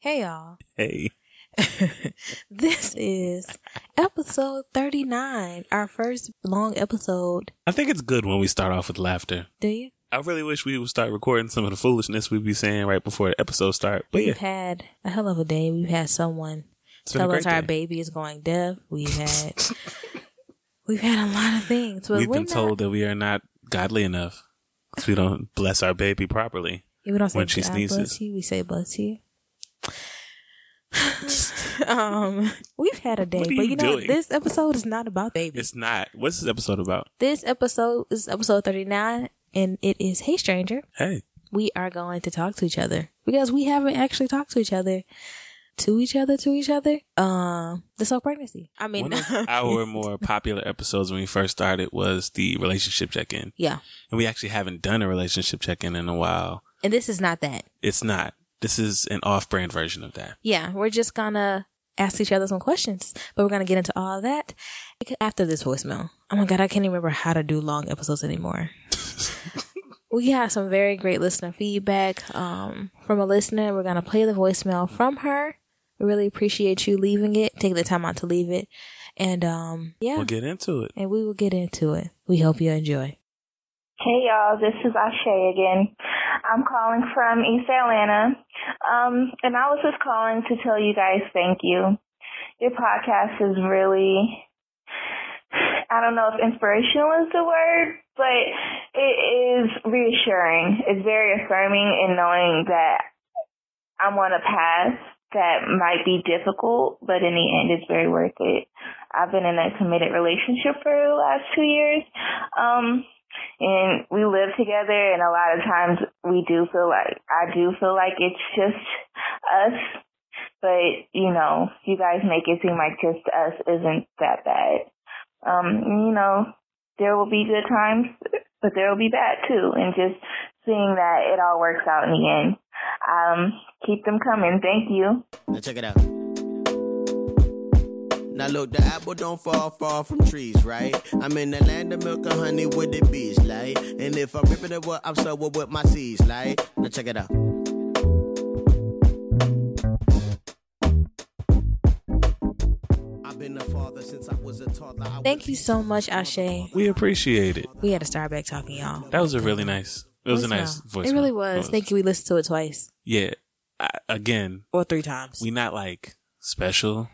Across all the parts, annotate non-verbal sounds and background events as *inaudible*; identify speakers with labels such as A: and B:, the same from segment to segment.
A: Hey,
B: *laughs*
A: y'all.
B: Hey.
A: this is episode 39, our first long episode.
B: I think it's good when we start off with laughter.
A: Do you?
B: I really wish we would start recording some of the foolishness we'd be saying right before the episode start. But yeah,
A: We've had a hell of a day. We've had someone
B: it's been a
A: tell us
B: great
A: our
B: day.
A: baby is going deaf. We've had.
B: *laughs*
A: We've had a lot of things, but
B: We've
A: we're
B: been
A: not,
B: told that we are not godly enough 'cause we don't bless our baby properly.
A: Yeah, we don't say
B: when she
A: God
B: sneezes.
A: bless you, we say bless
B: *laughs*
A: you. um, we've had a day,
B: What are
A: but
B: you
A: you know
B: doing?
A: this episode is not about babies.
B: It's not. What's this episode about?
A: This episode is episode 39 and it is Hey Stranger.
B: Hey,
A: We are going to talk to each other because we haven't actually talked to each other, to each other, to each other. Um, this whole pregnancy. I mean,
B: one of
A: *laughs*
B: *laughs* our more popular episodes when we first started was the relationship check in.
A: yeah.
B: And we actually haven't done a relationship check in in a while.
A: And this is not that.
B: It's not. This is an off brand version of that.
A: Yeah. We're just gonna ask each other some questions, but we're gonna get into all that after this voicemail. Oh my God. I can't even remember how to do long episodes *laughs* anymore. we have some very great listener feedback um, from a listener. We're going to play the voicemail from her. We really appreciate you leaving it, taking the time out to leave it. And um, yeah,
B: We'll get into it.
A: and we will get into it. We hope you enjoy.
C: Hey y'all, this is Ashay again. I'm calling from East Atlanta. Um, and I was just calling to tell you guys thank you. Your podcast is really, I don't know if inspirational is the word, but it is reassuring. It's very affirming in knowing that I'm on a path that might be difficult, but in the end, it's very worth it. I've been in a committed relationship for the last two years. Um, and we live together and a lot of times we do feel like I do feel like it's just us but you know you guys make it seem like just us isn't that bad um you know there will be good times but there will be bad too and just seeing that it all works out in the end um keep them coming thank you
D: Now check it out. Now look, the apple don't fall far from trees, right? I'm in the land of milk and honey with the bees, like. And if I'm ripping it up, I'm sober with my seeds, like. Now check it out. I've been a father since I was a toddler. I
A: Thank
D: was-
A: you so much, Ashay.
B: We appreciate it.
A: We had to start back talking, y'all.
B: That was a really nice. It was a nice voice.
A: It really was. Thank you. We listened to it twice
B: Yeah. I, again,
A: or three times.
B: we not like special,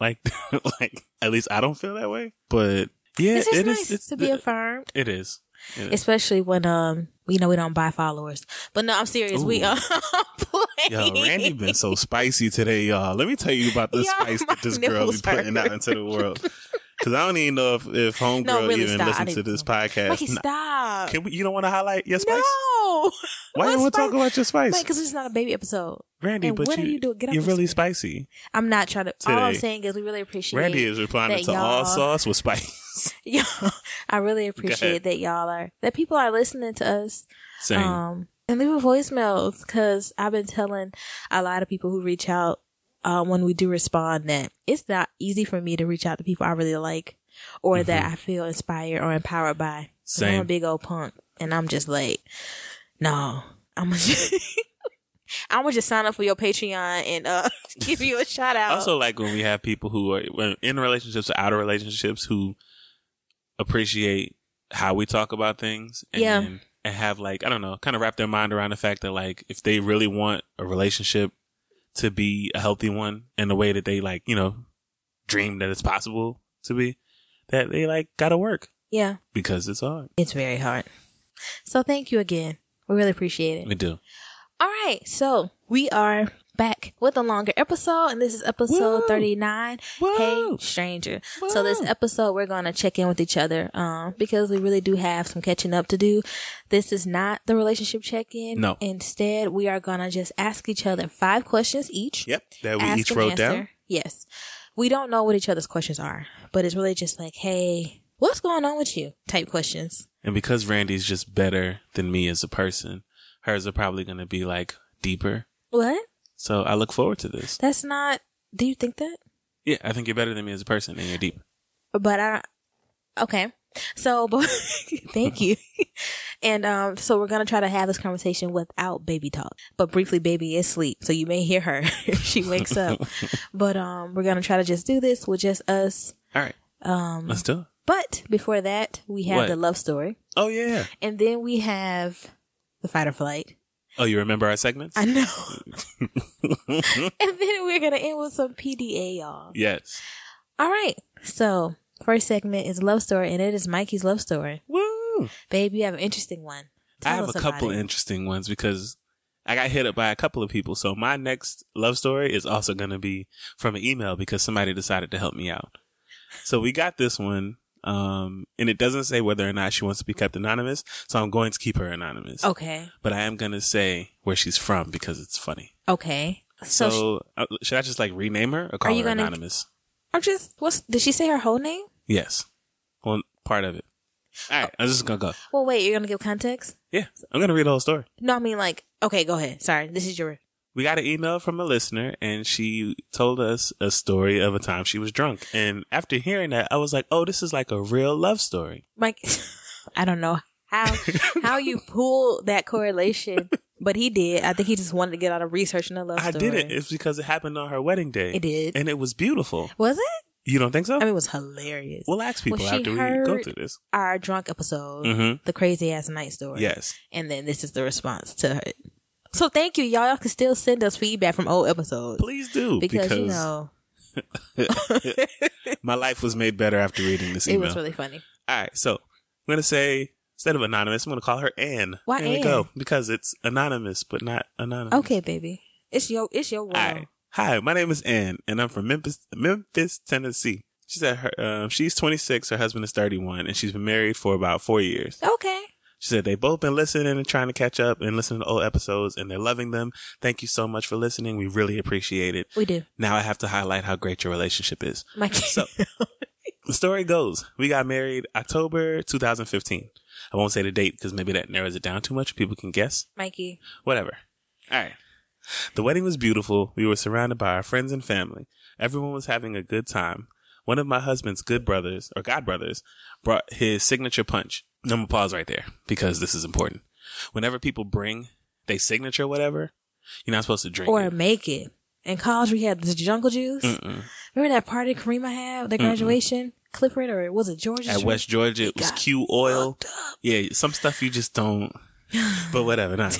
B: like *laughs* like at least I don't feel that way. But yeah,
A: it's just
B: it is-
A: nice
B: it's
A: to be
B: the-
A: affirmed.
B: It is. It is.
A: especially when um you know we don't buy followers. But no, I'm serious. We *laughs*
B: Ooh.
A: uh
B: Yo,
A: playing.
B: Randy
A: *laughs*
B: been so spicy today, y'all. Let me tell you about the
A: Y'all,
B: spice that
A: *laughs*
B: this
A: my
B: girl be
A: nipples
B: putting out
A: hurt.
B: into
A: *laughs*
B: the world. Because I don't even know if if homegirl
A: No, really,
B: even
A: stop. I
B: listens to
A: didn't-
B: this podcast.
A: Mikey,
B: Nah,
A: stop.
B: Can we, you don't want to highlight your spice?
A: No.
B: Why
A: What
B: you want to
A: spice?
B: talk about your spice,
A: Because it's not a baby episode.
B: Randy?
A: and
B: But
A: what
B: you,
A: are you doing? Get off
B: you're
A: this
B: really
A: thing.
B: spicy.
A: I'm not trying to. All I'm
B: Today.
A: saying is we really appreciate. *laughs*
B: Randy is
A: that
B: replying to
A: y'all-
B: all sauce with spice.
A: Yeah, I
B: *laughs*
A: really appreciate
B: ahead.
A: that y'all are that people are listening to us.
B: Same.
A: Um, and leave a voicemail because I've been telling a lot of people who reach out uh, when we do respond that it's not easy for me to reach out to people I really like or that I feel inspired or empowered by. 'Cause I'm a
B: Mm-hmm. Same.
A: big old punk, and I'm just like, no, I'm gonna *laughs* just, I'm gonna just sign up for your Patreon and uh, *laughs* give you a shout out.
B: also like when we have people who are when- in relationships or out of relationships who appreciate how we talk about things and,
A: Yeah.
B: and have like i don't know kind of wrap their mind around the fact that like if they really want a relationship to be a healthy one in the way that they like you know dream that it's possible to be that they like gotta work
A: yeah,
B: because it's hard
A: it's very hard. So thank you again. We really appreciate it.
B: we do
A: All right, so we are back with a longer episode, and this is episode
B: Woo!
A: 39. Hey,
B: Woo!
A: stranger. So, this
B: Woo!
A: episode, we're going to check in with each other um, because we really do have some catching up to do. This is not the relationship check in.
B: No.
A: Instead, we are going to just ask each other five questions each.
B: yep that we
A: Ask
B: each
A: and
B: wrote
A: answer.
B: down
A: Yes. We don't know what each other's questions are, but it's really just like, hey, what's going on with you type questions.
B: and because randy's just better than me as a person hers are probably gonna be like deeper
A: What?
B: so i look forward to this
A: That's not, do you think that?
B: Yeah, I think you're better than me as a person, and you're deep.
A: *laughs* but I okay. So, but thank you. And um, so we're gonna try to have this conversation without baby talk. But briefly, baby is asleep, so you may hear her. *laughs* if she wakes up. But um, we're gonna try to just do this with just us.
B: All right.
A: Um,
B: Let's do it.
A: but before that, we have
B: What?
A: the love story,
B: Oh yeah.
A: and then we have the fight or flight.
B: Oh, you remember our segments?
A: I know. and then we're gonna end with some PDA, y'all.
B: yes.
A: All right. So first segment is love story, and it is Mikey's love story.
B: Woo.
A: Babe, you have an interesting one.
B: I
A: Tell
B: have
A: us
B: a
A: about
B: couple
A: it.
B: interesting ones because I got hit up by a couple of people. So my next love story is also going to be from an email because somebody decided to help me out. So we got this one. Um, and it doesn't say whether or not she wants to be kept anonymous. So I'm going to keep her anonymous.
A: Okay.
B: But I am going to say where she's from because it's funny.
A: Okay. So,
B: So,
A: sh-
B: uh, should I just like rename her or call
A: Are you
B: her
A: gonna-
B: anonymous?
A: or just what's did she say her whole name?
B: Yes. One part of it. All right. I'm just going to go.
A: Well, wait, you're gonna give context.
B: Yeah. I'm going to read the whole story.
A: No, I mean like okay, go ahead. Sorry, this is your
B: we got an email from a listener and she told us a story of a time she was drunk. And after hearing that, I was like, oh, this is like a real love story.
A: Mike. *laughs* I don't know
B: *laughs*
A: how how you pull that correlation, but he did. I think he just wanted to get out of researching the love
B: I
A: story.
B: did it. It's because it happened on her wedding day.
A: It did.
B: And it was beautiful.
A: Was it?
B: You don't think so?
A: I mean, it was hilarious.
B: we'll ask
A: well,
B: people
A: she
B: after we go
A: heard-
B: through this.
A: Our drunk episode,
B: Mhm.
A: the crazy ass night story.
B: Yes.
A: and then this is the response to it. So thank you, y'all. Y'all can still send us feedback from old episodes
B: Please do.
A: because, you know
B: my life was made better after reading this
A: it
B: email.
A: was really funny.
B: All right. So I'm going to say, instead of anonymous, I'm going to call her Anne.
A: Why
B: there
A: Anne?
B: we go. Because it's anonymous, but not anonymous.
A: Okay, baby, it's your it's your world.
B: Hi. Hi, my name is Ann, and I'm from Memphis, Memphis, Tennessee. She said her, um, she's 26, her husband is 31, and she's been married for about four years.
A: Okay,
B: She said they've both been listening and trying to catch up and listening to old episodes, and they're loving them. Thank you so much for listening. We really appreciate it.
A: we do,
B: Now I have to highlight how great your relationship is.
A: Mikey.
B: So- The story goes, we got married October 2015. I won't say the date because maybe that narrows it down too much. People can guess.
A: *laughs* Mikey,
B: Whatever. All right. The wedding was beautiful. We were surrounded by our friends and family. Everyone was having a good time. One of my husband's good brothers or godbrothers brought his signature punch. I'm gonna pause right there because this is important. Whenever people bring they signature whatever, you're not supposed to drink
A: or
B: it.
A: make it. In college, we had the jungle juice.
B: Mm-mm.
A: Remember that party Kareem I had, the graduation, Clifford, or was it Georgia?
B: At West Georgia, it was
A: got
B: Q oil. Yeah, some stuff you
A: *laughs*
B: just don't. But whatever, nah.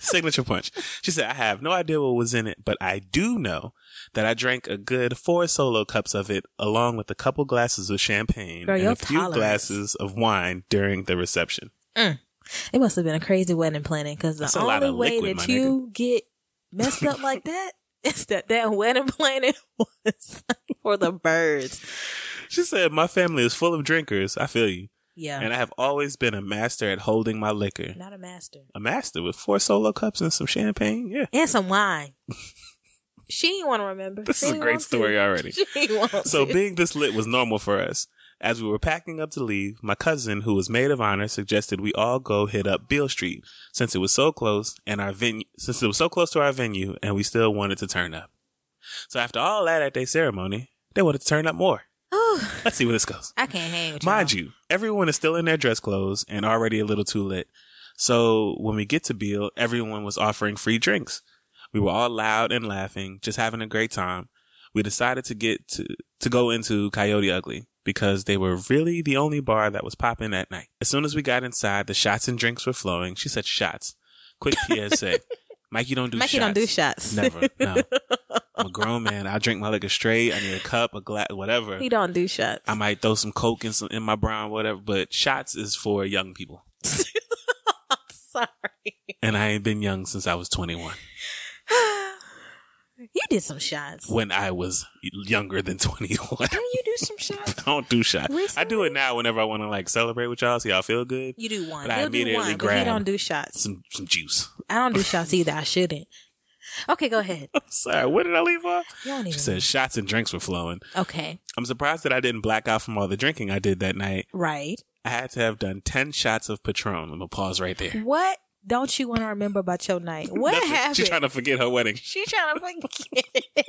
B: Signature punch. She said, I have no idea what was in it, but I do know that I drank a good four solo cups of it, along with a couple glasses of champagne
A: Girl,
B: and
A: your
B: a few
A: tolerance.
B: glasses of wine during the reception.
A: It must have been a crazy wedding planning because
B: That's
A: the
B: a lot
A: only
B: of
A: way
B: liquid, my
A: that you get messed up
B: *laughs*
A: like that is that that wedding *laughs* planning was for the birds.
B: She said, My family is full of drinkers. I feel you.
A: Yeah,
B: And I have always been a master at holding my liquor.
A: not a master
B: A master with four solo cups and some champagne? Yeah.
A: and some wine. she didn't want to remember.
B: This
A: She
B: is a
A: didn't
B: great
A: want to.
B: story already.
A: She didn't want *laughs*
B: So
A: to.
B: being this lit was normal for us. As we were packing up to leave, my cousin, who was maid of honor, suggested we all go hit up Beale Street since it was so close and our venue, since it was so close to our venue and we still wanted to turn up. So after all that at their ceremony, they wanted to turn up more.
A: Oh,
B: Let's see where this goes.
A: I can't hang with
B: Mind
A: y'all.
B: you, everyone is still in their dress clothes and already a little too lit. So when we get to Beale, everyone was offering free drinks. We were all loud and laughing, just having a great time. We decided to get to, to go into Coyote Ugly because they were really the only bar that was popping that night. As soon as we got inside, the shots and drinks were flowing. She said shots. Quick
A: *laughs*
B: PSA. Mike, you don't do
A: Mikey
B: shots.
A: don't do shots.
B: Never.
A: *laughs*
B: No. I'm a grown man. I drink my liquor straight. I need a cup, a glass, whatever.
A: He don't do shots.
B: I might throw some coke in some in my brown, whatever. But shots is for young people,
A: *laughs* Sorry.
B: and I ain't been young since I was 21.
A: You did some shots.
B: When I was younger than 21,
A: Don't
B: *laughs*
A: you do some shots?
B: I don't do shots. I do
A: Recently?
B: it now whenever I want to like celebrate with y'all, so y'all feel good.
A: You do one.
B: But I
A: He'll do
B: immediately
A: one, but he
B: grab-
A: don't do shots.
B: Some some juice. *laughs*
A: I don't do shots either. I shouldn't. Okay, go ahead.
B: I'm sorry. What did I leave off?
A: You don't even.
B: She said shots and drinks were flowing.
A: okay,
B: I'm surprised that I didn't black out from all the drinking I did that night.
A: right.
B: I had to have done 10 shots of Patron. I'm gonna pause right there.
A: What don't you want to remember about your night? What
B: Nothing.
A: happened?
B: She trying to forget her wedding.
A: She trying to forget it.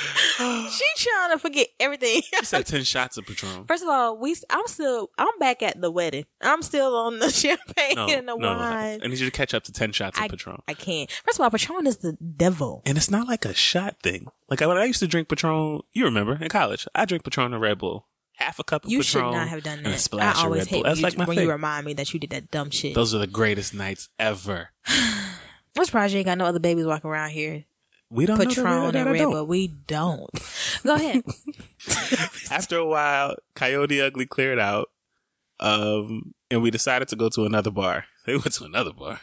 A: *laughs* she trying to forget everything. *laughs*
B: She said ten shots of Patron.
A: First of all, we I'm still I'm back at the wedding. I'm still on the *laughs* champagne
B: *laughs* No,
A: and the
B: no, no. I
A: wine.
B: need you to catch up to ten shots of Patron.
A: I can't. First of all, Patron is the devil.
B: and it's not like a shot thing. Like when I used to drink Patron, you remember in college, I drink Patron and Red Bull, half a cup of
A: You
B: Patron.
A: should not have done
B: and a
A: that.
B: splash
A: I
B: of
A: always
B: Red Bull.
A: hate
B: That's
A: you
B: like my
A: when
B: thing.
A: you remind me that you did that dumb shit.
B: Those are the greatest nights ever.
A: I'm surprised you ain't got no other babies walking around here.
B: We don't know
A: Patron
B: that we- that
A: and
B: I
A: Red
B: don't.
A: Bull. We don't.
B: *laughs*
A: Go ahead.
B: After a while, Coyote Ugly cleared out, um, and we decided to go to another bar. *laughs* They went to another bar.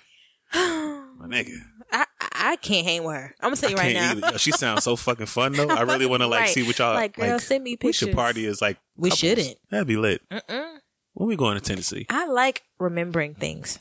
B: My nigga,
A: I I can't hang with her. I'm gonna tell you right
B: can't
A: now.
B: either. Yo, she sounds so fucking fun though. I really want to
A: *laughs*
B: like
A: Right.
B: see what y'all
A: Like, girl, send me
B: We should
A: pictures.
B: party as like
A: We
B: couples.
A: shouldn't.
B: That'd be lit.
A: Mm-mm.
B: When we going to Tennessee?
A: I like remembering things.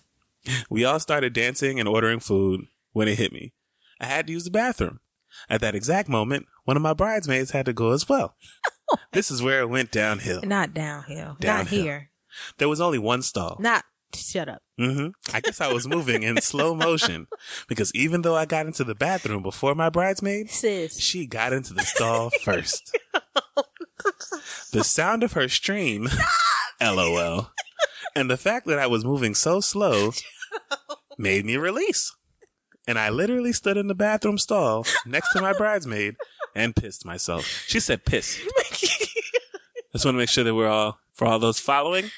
B: We all started dancing and ordering food when it hit me. I had to use the bathroom. At that exact moment, one of my bridesmaids had to go as well.
A: *laughs*
B: this is where it went downhill.
A: Not downhill. Not
B: Downhill.
A: here.
B: There was only one stall.
A: Not. Shut up.
B: hmm I guess I was moving in slow motion because even though I got into the bathroom before my bridesmaid,
A: Sis.
B: she got into the stall first. the sound of her stream, lol, and the fact that I was moving so slow made me release. And I literally stood in the bathroom stall next to my bridesmaid and pissed myself. She said, piss. Just want to make sure that we're all, for all those following,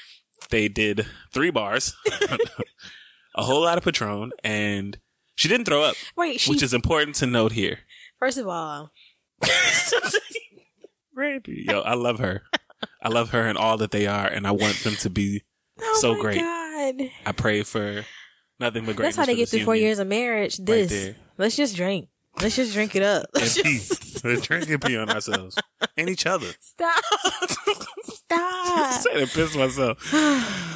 B: they did three bars, *laughs* a whole lot of Patron, and she didn't throw up,
A: *laughs* Wait, she
B: which is important to note here.
A: First of
B: *laughs*
A: all,
B: Randy. Yo, I love her. I love her and all that they are, and I want them to be.
A: oh
B: So
A: my
B: great.
A: God.
B: I pray for nothing but greatness.
A: That's how they
B: for
A: get
B: this
A: through four
B: union.
A: years of marriage. This.
B: there.
A: Let's just drink. Let's just drink it up. Let's
B: And pee.
A: just-
B: Let's drink and pee on ourselves and
A: *laughs*
B: each other. *laughs*
A: Stop. Stop.
B: I
A: *sighs*
B: pissed myself.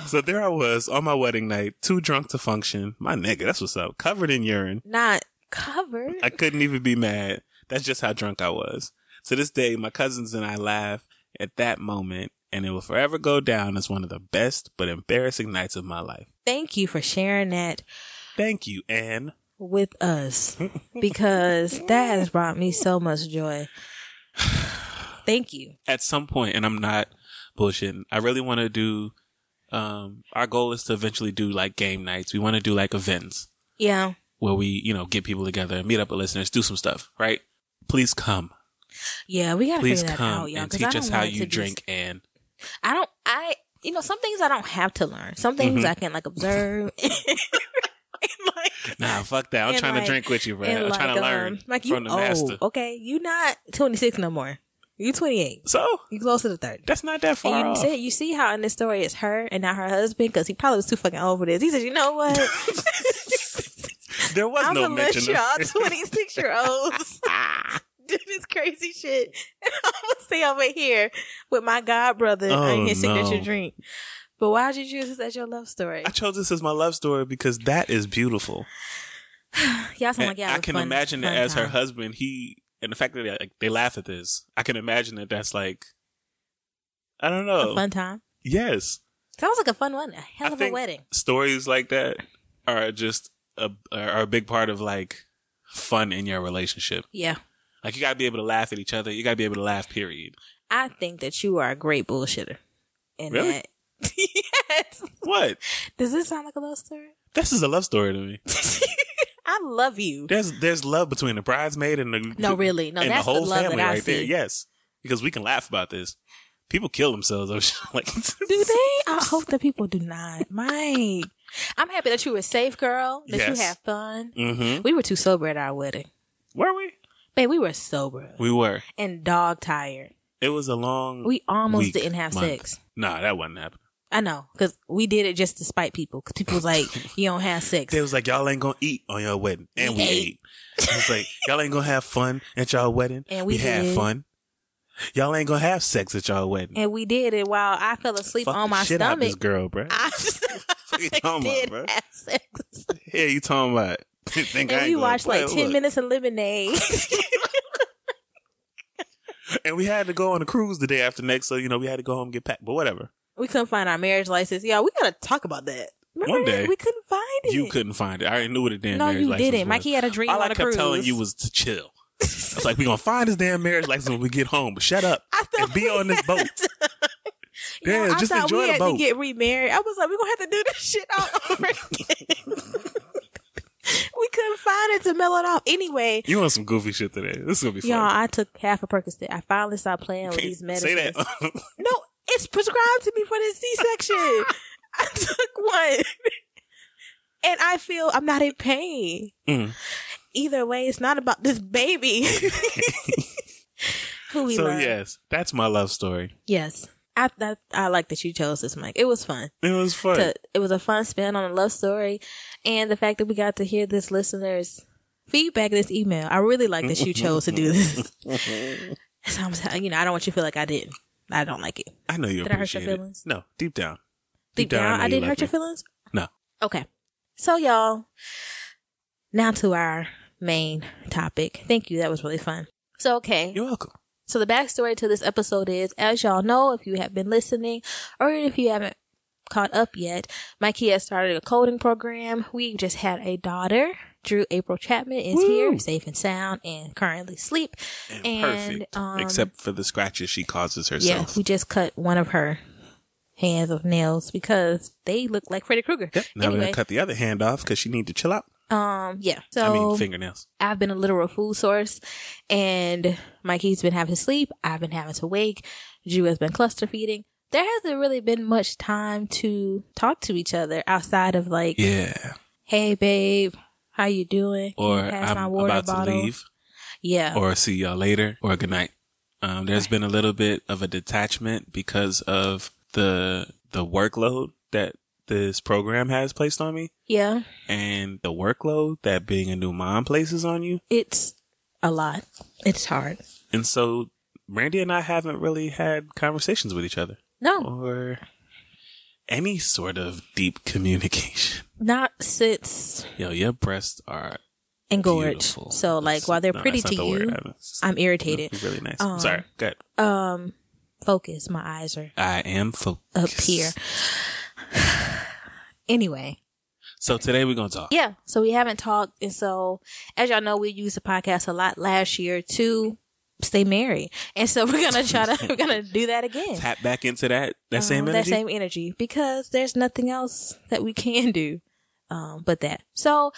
B: So there I was on my wedding night, too drunk to function. My nigga, that's what's up. Covered in urine.
A: Not covered.
B: I couldn't even be mad. That's just how drunk I was. To this day, my cousins and I laugh at that moment, and it will forever go down as one of the best but embarrassing nights of my life.
A: Thank you for sharing that
B: Thank you, Anne.
A: with us because that has brought me so much joy. Thank you.
B: at some point, and I'm not bullshitting. I really want to do. Um, our goal is to eventually do like game nights. We want to do like events
A: Yeah.
B: where we, you know, get people together, meet up with listeners, do some stuff, right? Please come.
A: Yeah, we gotta
B: Please
A: figure that
B: come
A: out, y'all.
B: and
A: 'cause I
B: teach
A: don't
B: us
A: want
B: how
A: it to
B: you
A: be-
B: drink. And
A: I don't. I you know some things I don't have to learn. Some things
B: Mm-hmm.
A: I can like observe. *laughs* and, like,
B: nah, fuck that. I'm
A: And,
B: trying
A: like-
B: to drink with you, bro.
A: and,
B: I'm
A: like,
B: trying to
A: um,
B: learn
A: like you
B: from the
A: old.
B: master.
A: Okay, you not 26 no more. You 28.
B: So
A: You close to the 30.
B: that's not that far
A: And you
B: off.
A: said you see how in this story it's her and not her husband because he probably was too fucking old for this. He said, "You know
B: *laughs*
A: what?
B: *laughs* there was
A: I'm
B: no
A: gonna let
B: mention.
A: y'all
B: *laughs* Of-
A: 26 year olds *laughs* do this crazy shit, *laughs* and I'm gonna stay over here with my god brother
B: Oh,
A: and his signature
B: no.
A: drink." But why'd you choose this as your love story?
B: I chose this as my love story because that is beautiful.
A: Y'all sound like
B: And
A: y'all
B: I
A: have a
B: can
A: fun-
B: imagine
A: fun
B: that as her
A: time.
B: husband, he and the fact that they, like, they laugh at this, I can imagine that that's like, I
A: A
B: don't know.
A: fun time.
B: yes,
A: Sounds like a fun one. A hell
B: I
A: of a
B: think
A: wedding.
B: Stories like that are just a are a big part of like fun in your relationship.
A: Yeah.
B: Like you gotta be able to laugh at each other. You gotta be able to laugh. Period.
A: I think that you are a great bullshitter. And
B: Really?
A: that *laughs* Yes.
B: What?
A: Does this sound like a love story? *laughs*
B: This is a love story to me.
A: I love you.
B: There's there's love between the bridesmaid and the
A: No, really. No,
B: and
A: that's
B: the
A: the
B: whole
A: love that
B: family
A: I
B: right there.
A: see.
B: Yes, because we can laugh about this. People kill themselves. over *laughs* shit like
A: Do they? *laughs* I hope that people do not. Mike. I'm happy that you were safe, girl. That
B: Yes.
A: you had fun.
B: Mm-hmm.
A: We were too sober at our wedding.
B: Were we?
A: Babe, we were sober
B: We were.
A: and dog tired.
B: It was a long.
A: We almost
B: week,
A: didn't have
B: month.
A: sex.
B: Nah, that wasn't happening.
A: I know, because we did it just to spite people. Because people was like, you don't have sex.
B: They was like, y'all ain't gonna eat on your wedding, and we,
A: We
B: ate.
A: ate.
B: It was like, *laughs* y'all ain't gonna have fun at y'all wedding,
A: And we
B: had
A: did.
B: fun. Y'all ain't gonna have sex at y'all wedding.
A: And we did it while I fell asleep
B: Fuck
A: on
B: the
A: my
B: shit out this
A: stomach.
B: girl, bro.
A: I,
B: you
A: I
B: talking
A: *laughs*
B: about,
A: did
B: bro?
A: have sex.
B: yeah, you talking about? *laughs* Think I
A: And
B: ain't
A: we
B: gonna
A: watched
B: play?
A: like 10
B: Look.
A: minutes of lemonade. *laughs*
B: and we had to go on a cruise the day after next, so you know we had to go home and get packed. But whatever,
A: we couldn't find our marriage license. Yeah, we gotta talk about that. Remember
B: One
A: that?
B: day.
A: we couldn't find it. *laughs*
B: you couldn't find it. I already knew what a damn
A: No,
B: marriage
A: you
B: license
A: didn't.
B: was.
A: Mikey had a dream
B: All
A: on
B: I
A: a
B: kept telling
A: cruise.
B: you was to chill. It's like we gonna find this damn marriage license when we get home. But shut up
A: *laughs* I thought
B: and be on this
A: *laughs*
B: boat.
A: Yo,
B: Yeah,
A: I
B: just
A: thought
B: enjoy
A: we
B: the
A: had to
B: boat.
A: get remarried. I was like, we're gonna have to do this shit all
B: *laughs*
A: over again. *laughs* we couldn't find it to mellow it off. Anyway,
B: You want some goofy shit today? This is gonna be fun.
A: y'all, I took half a Percocet. I finally stopped playing with these medicines.
B: *laughs* Say that. *laughs*
A: No, it's prescribed to me for this C section. I took one. And I feel I'm not in pain.
B: Mm.
A: Either way, it's not about this
B: *laughs*
A: baby. Who we
B: so
A: love.
B: yes, that's my love story.
A: Yes. I, I I like that you chose this, Mike. It was fun.
B: It was fun.
A: to- it was a fun spin on a love story and the fact that we got to hear this listener's feedback this email i really like that
B: *laughs*
A: you chose to do this so I'm, saying, you know i don't want you to feel like i didn't i don't like it deep,
B: I know you
A: Did I hurt your
B: appreciate it.
A: feelings?
B: No, deep down.
A: down, i
B: know you
A: didn't
B: love
A: hurt your
B: me.
A: feelings
B: No.
A: okay so y'all now to our main topic thank you that was really fun so okay
B: You're welcome.
A: so the backstory to this episode is, as y'all know, if you have been listening or if you haven't caught up yet, Mikey has started a coding program. We just had a daughter. Drew April Chapman is here, safe and sound, and currently asleep.
B: And,
A: And,
B: perfect.
A: um,
B: Except for the scratches she causes
A: Yeah,
B: herself.
A: we just cut one of her hands of nails because they look like Freddy Krueger.
B: Yep. Now we're
A: anyway,
B: gonna cut the other hand off because she need to chill out.
A: um, yeah. So
B: I mean fingernails.
A: I've been a literal food source, and Mikey's been having to sleep. I've been having to wake. Drew has been cluster feeding. There hasn't really been much time to talk to each other outside of like,
B: Yeah.
A: "Hey, babe, how you doing?" Can you
B: Or
A: pass
B: I'm about to leave.
A: Yeah,
B: Or see y'all later. Or good night. Um, there's been a little bit of a detachment because of the the workload that this program has placed on me.
A: yeah,
B: and the workload that being a new mom places on you.
A: it's a lot. It's hard.
B: And so Randy and I haven't really had conversations with each other
A: No,
B: or any sort of deep communication. *laughs*
A: not since
B: Yo, your breasts are
A: engorged.
B: beautiful.
A: So, like,
B: That's-
A: while they're
B: no,
A: pretty
B: that's not
A: to
B: the
A: you,
B: word. I was-
A: I'm irritated.
B: They're Really nice.
A: Um,
B: Sorry. Good.
A: Um, focus. My eyes are
B: I am focused.
A: up here. anyway.
B: So today we're going to talk.
A: Yeah. So we haven't talked. And so, as y'all know, we used the podcast a lot last year to stay married. And so we're going to try to, *laughs* we're going to do that again.
B: Tap back into that, that same
A: Um,
B: energy.
A: That same energy because there's nothing else that we can do um, but that. So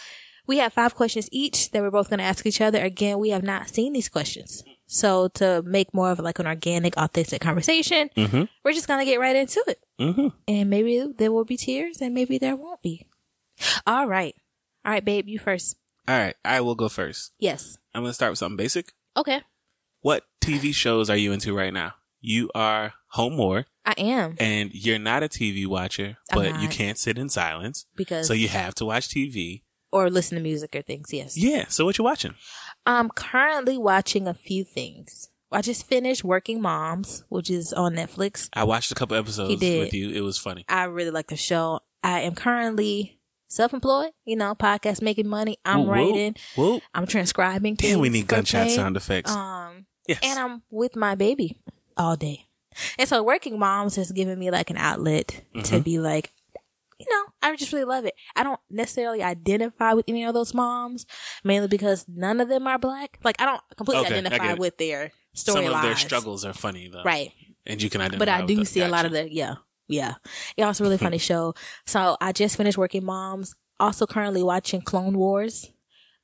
A: we have five questions each that we're both going to ask each other. Again, we have not seen these questions. So to make more of like an organic, authentic conversation,
B: Mhm.
A: we're just going to get right into it.
B: Mhm.
A: And maybe there will be tears and maybe there won't be. All right. All right, babe, you first.
B: All right. I will go first.
A: Yes.
B: I'm going to start with something basic.
A: Okay.
B: What TV shows are you into right now? You are home more.
A: I am
B: and you're not a TV watcher,
A: I'm
B: but you
A: not.
B: can't sit in silence,
A: because
B: so you have to watch TV.
A: or listen to music or things. Yes.
B: Yeah. So what you watching?
A: I'm currently watching a few things. I just finished Working Moms, which is on Netflix.
B: I watched a couple episodes
A: did.
B: with you. It was funny.
A: I really like the show. I am currently self-employed, you know, podcast making money. I'm
B: Whoop, whoop,
A: writing.
B: Whoop.
A: I'm transcribing.
B: Damn, we
A: things
B: need
A: for
B: gunshot
A: pay.
B: sound effects.
A: Um,
B: yes.
A: and I'm with my baby all day. And so Working Moms has given me like an outlet
B: Mm-hmm.
A: to be like, you know, I just really love it. I don't necessarily identify with any of those moms, mainly because none of them are black. Like I don't completely
B: Okay, I
A: identify
B: get it.
A: with their story
B: Some of their
A: lives.
B: struggles are funny though,
A: Right.
B: And you can identify.
A: But I
B: with
A: do
B: them.
A: see a lot of
B: Gotcha.
A: the yeah. Yeah. Yeah, it's a
B: *laughs*
A: really funny show. So I just finished working moms. Also currently watching Clone Wars.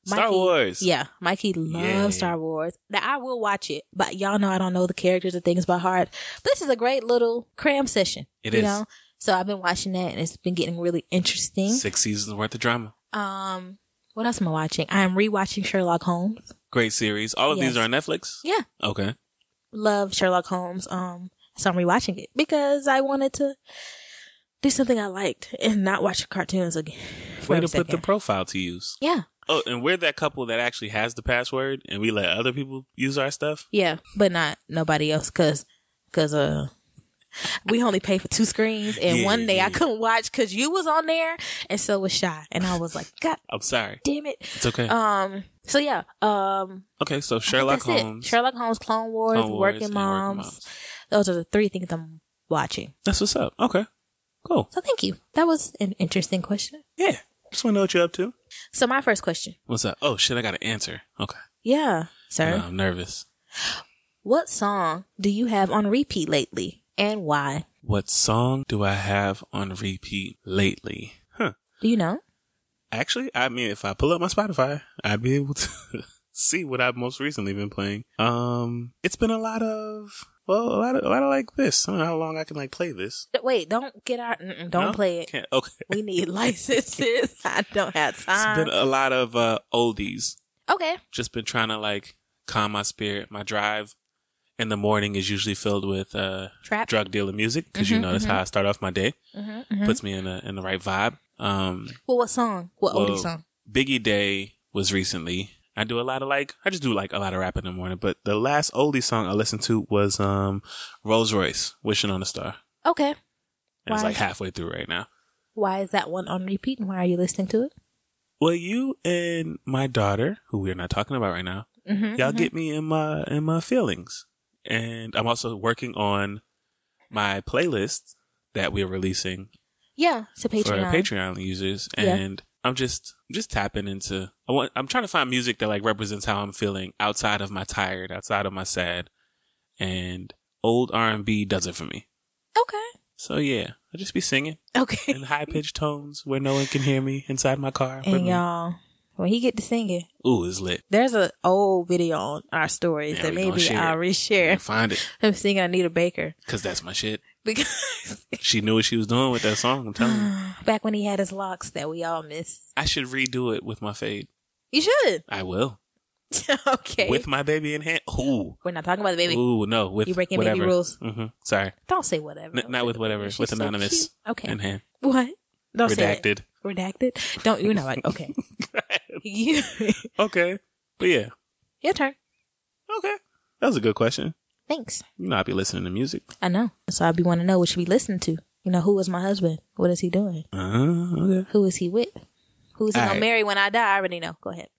B: Star Wars.
A: Yeah, Mikey loves
B: Yeah.
A: Star Wars. Now I will watch it, but y'all know I don't know the characters and things by heart. But this is a great little cram session.
B: It
A: you
B: is.
A: Know? So I've been watching that, and it's been getting really interesting.
B: Six seasons worth of drama.
A: Um, what else am I watching? I am rewatching Sherlock Holmes.
B: Great series. All of
A: Yes.
B: these are on Netflix.
A: Yeah,
B: Okay.
A: love Sherlock Holmes. Um, so I'm rewatching it because I wanted to do something I liked and not watch cartoons again. For
B: Way
A: a
B: to put the
A: second.
B: profile to use.
A: yeah,
B: Oh, and we're that couple that actually has the password, and we let other people use our stuff.
A: yeah, but not nobody else because because uh. We only pay for two screens, and
B: Yeah,
A: one day I
B: yeah.
A: couldn't watch because you was on there, and so was Shy, and I was like, "God
B: I'm sorry.
A: damn it!"
B: It's okay.
A: Um. So yeah. Um.
B: okay. So
A: I think
B: Sherlock
A: that's it.
B: Holmes.
A: Sherlock Holmes, Clone Wars,
B: Clone Wars,
A: Working
B: and
A: Moms. Those are the three things I'm watching.
B: That's what's up. Okay. Cool.
A: So thank you. That was an interesting question.
B: Yeah. Just want to know what you're up to.
A: So my first question.
B: What's up? Oh, shit. I got to answer. Okay.
A: Yeah. sir.
B: No, I'm nervous.
A: What song do you have on repeat lately and why?
B: What song do I have on repeat lately? Huh.
A: Do you know?
B: Actually, I mean, if I pull up my Spotify, I'd be able to *laughs* see what I've most recently been playing. Um, it's been a lot of, well, a lot of, a lot of like this. I don't know how long I can like play this.
A: D- Wait, don't get out. Mm-mm, don't
B: No?
A: play it.
B: Can't, okay.
A: We need licenses. *laughs* I don't have
B: It's
A: time.
B: been a lot of uh, oldies.
A: okay.
B: Just been trying to like calm my spirit. My drive in the morning is usually filled with uh,
A: Trap. Mm-hmm,
B: drug dealer music because you know that's how I start off my day. Puts me in a, in the right vibe. Um,
A: Well, what song? What
B: Well,
A: oldie song?
B: Biggie Day was recently. I do a lot of like I just do like a lot of rap in the morning, but the last oldie song I listened to was um Rolls Royce, Wishing on a Star.
A: Okay.
B: And it's
A: Why?
B: like halfway through right now.
A: Why is that one on repeat and why are you listening to it?
B: Well, you and my daughter, who we're not talking about right now,
A: Mm-hmm.
B: y'all get me in my in my feelings. And I'm also working on my playlist that we're releasing
A: Yeah, to
B: for
A: Patreon.
B: our Patreon users,
A: Yeah.
B: and I'm just just tapping into. I want. I'm trying to find music that like represents how I'm feeling outside of my tired, outside of my sad, and old R and B does it for me.
A: Okay.
B: So yeah, I just be singing
A: Okay.
B: in high pitched tones where no one can hear me inside my car. but
A: And
B: me.
A: y'all, when he get to singing,
B: Ooh, it's lit.
A: there's an old video on our stories
B: Yeah,
A: that
B: we gonna
A: maybe
B: share
A: I'll
B: it.
A: reshare *laughs*
B: Find it
A: him singing Anita Baker *laughs*
B: because that's my shit.
A: because
B: She knew what she was doing with that song. I'm
A: *sighs*
B: telling you,
A: back when he had his locks that we all miss.
B: I should redo it with my fade.
A: You should. *laughs*
B: I will
A: okay.
B: with my baby in hand. Ooh,
A: We're not talking about the baby.
B: ooh, no, with
A: You breaking baby
B: whatever.
A: rules.
B: hmm Sorry.
A: Don't say whatever.
B: N- not with whatever,
A: She's
B: with
A: so
B: anonymous
A: cute. Okay.
B: in hand.
A: what? Don't say it.
B: Redacted.
A: Redacted. Don't you know? Like,
B: *laughs*
A: okay. *laughs* You-
B: okay. But yeah.
A: Your turn.
B: Okay. That was a good question.
A: Thanks.
B: You know, I'd be listening to music.
A: I know. So I'd be want to know what should we listen to. You know, who is my husband? What is he doing?
B: Uh, okay.
A: Who is he with? Who is he gonna
B: Alright.
A: marry when I die? I already know. Go ahead.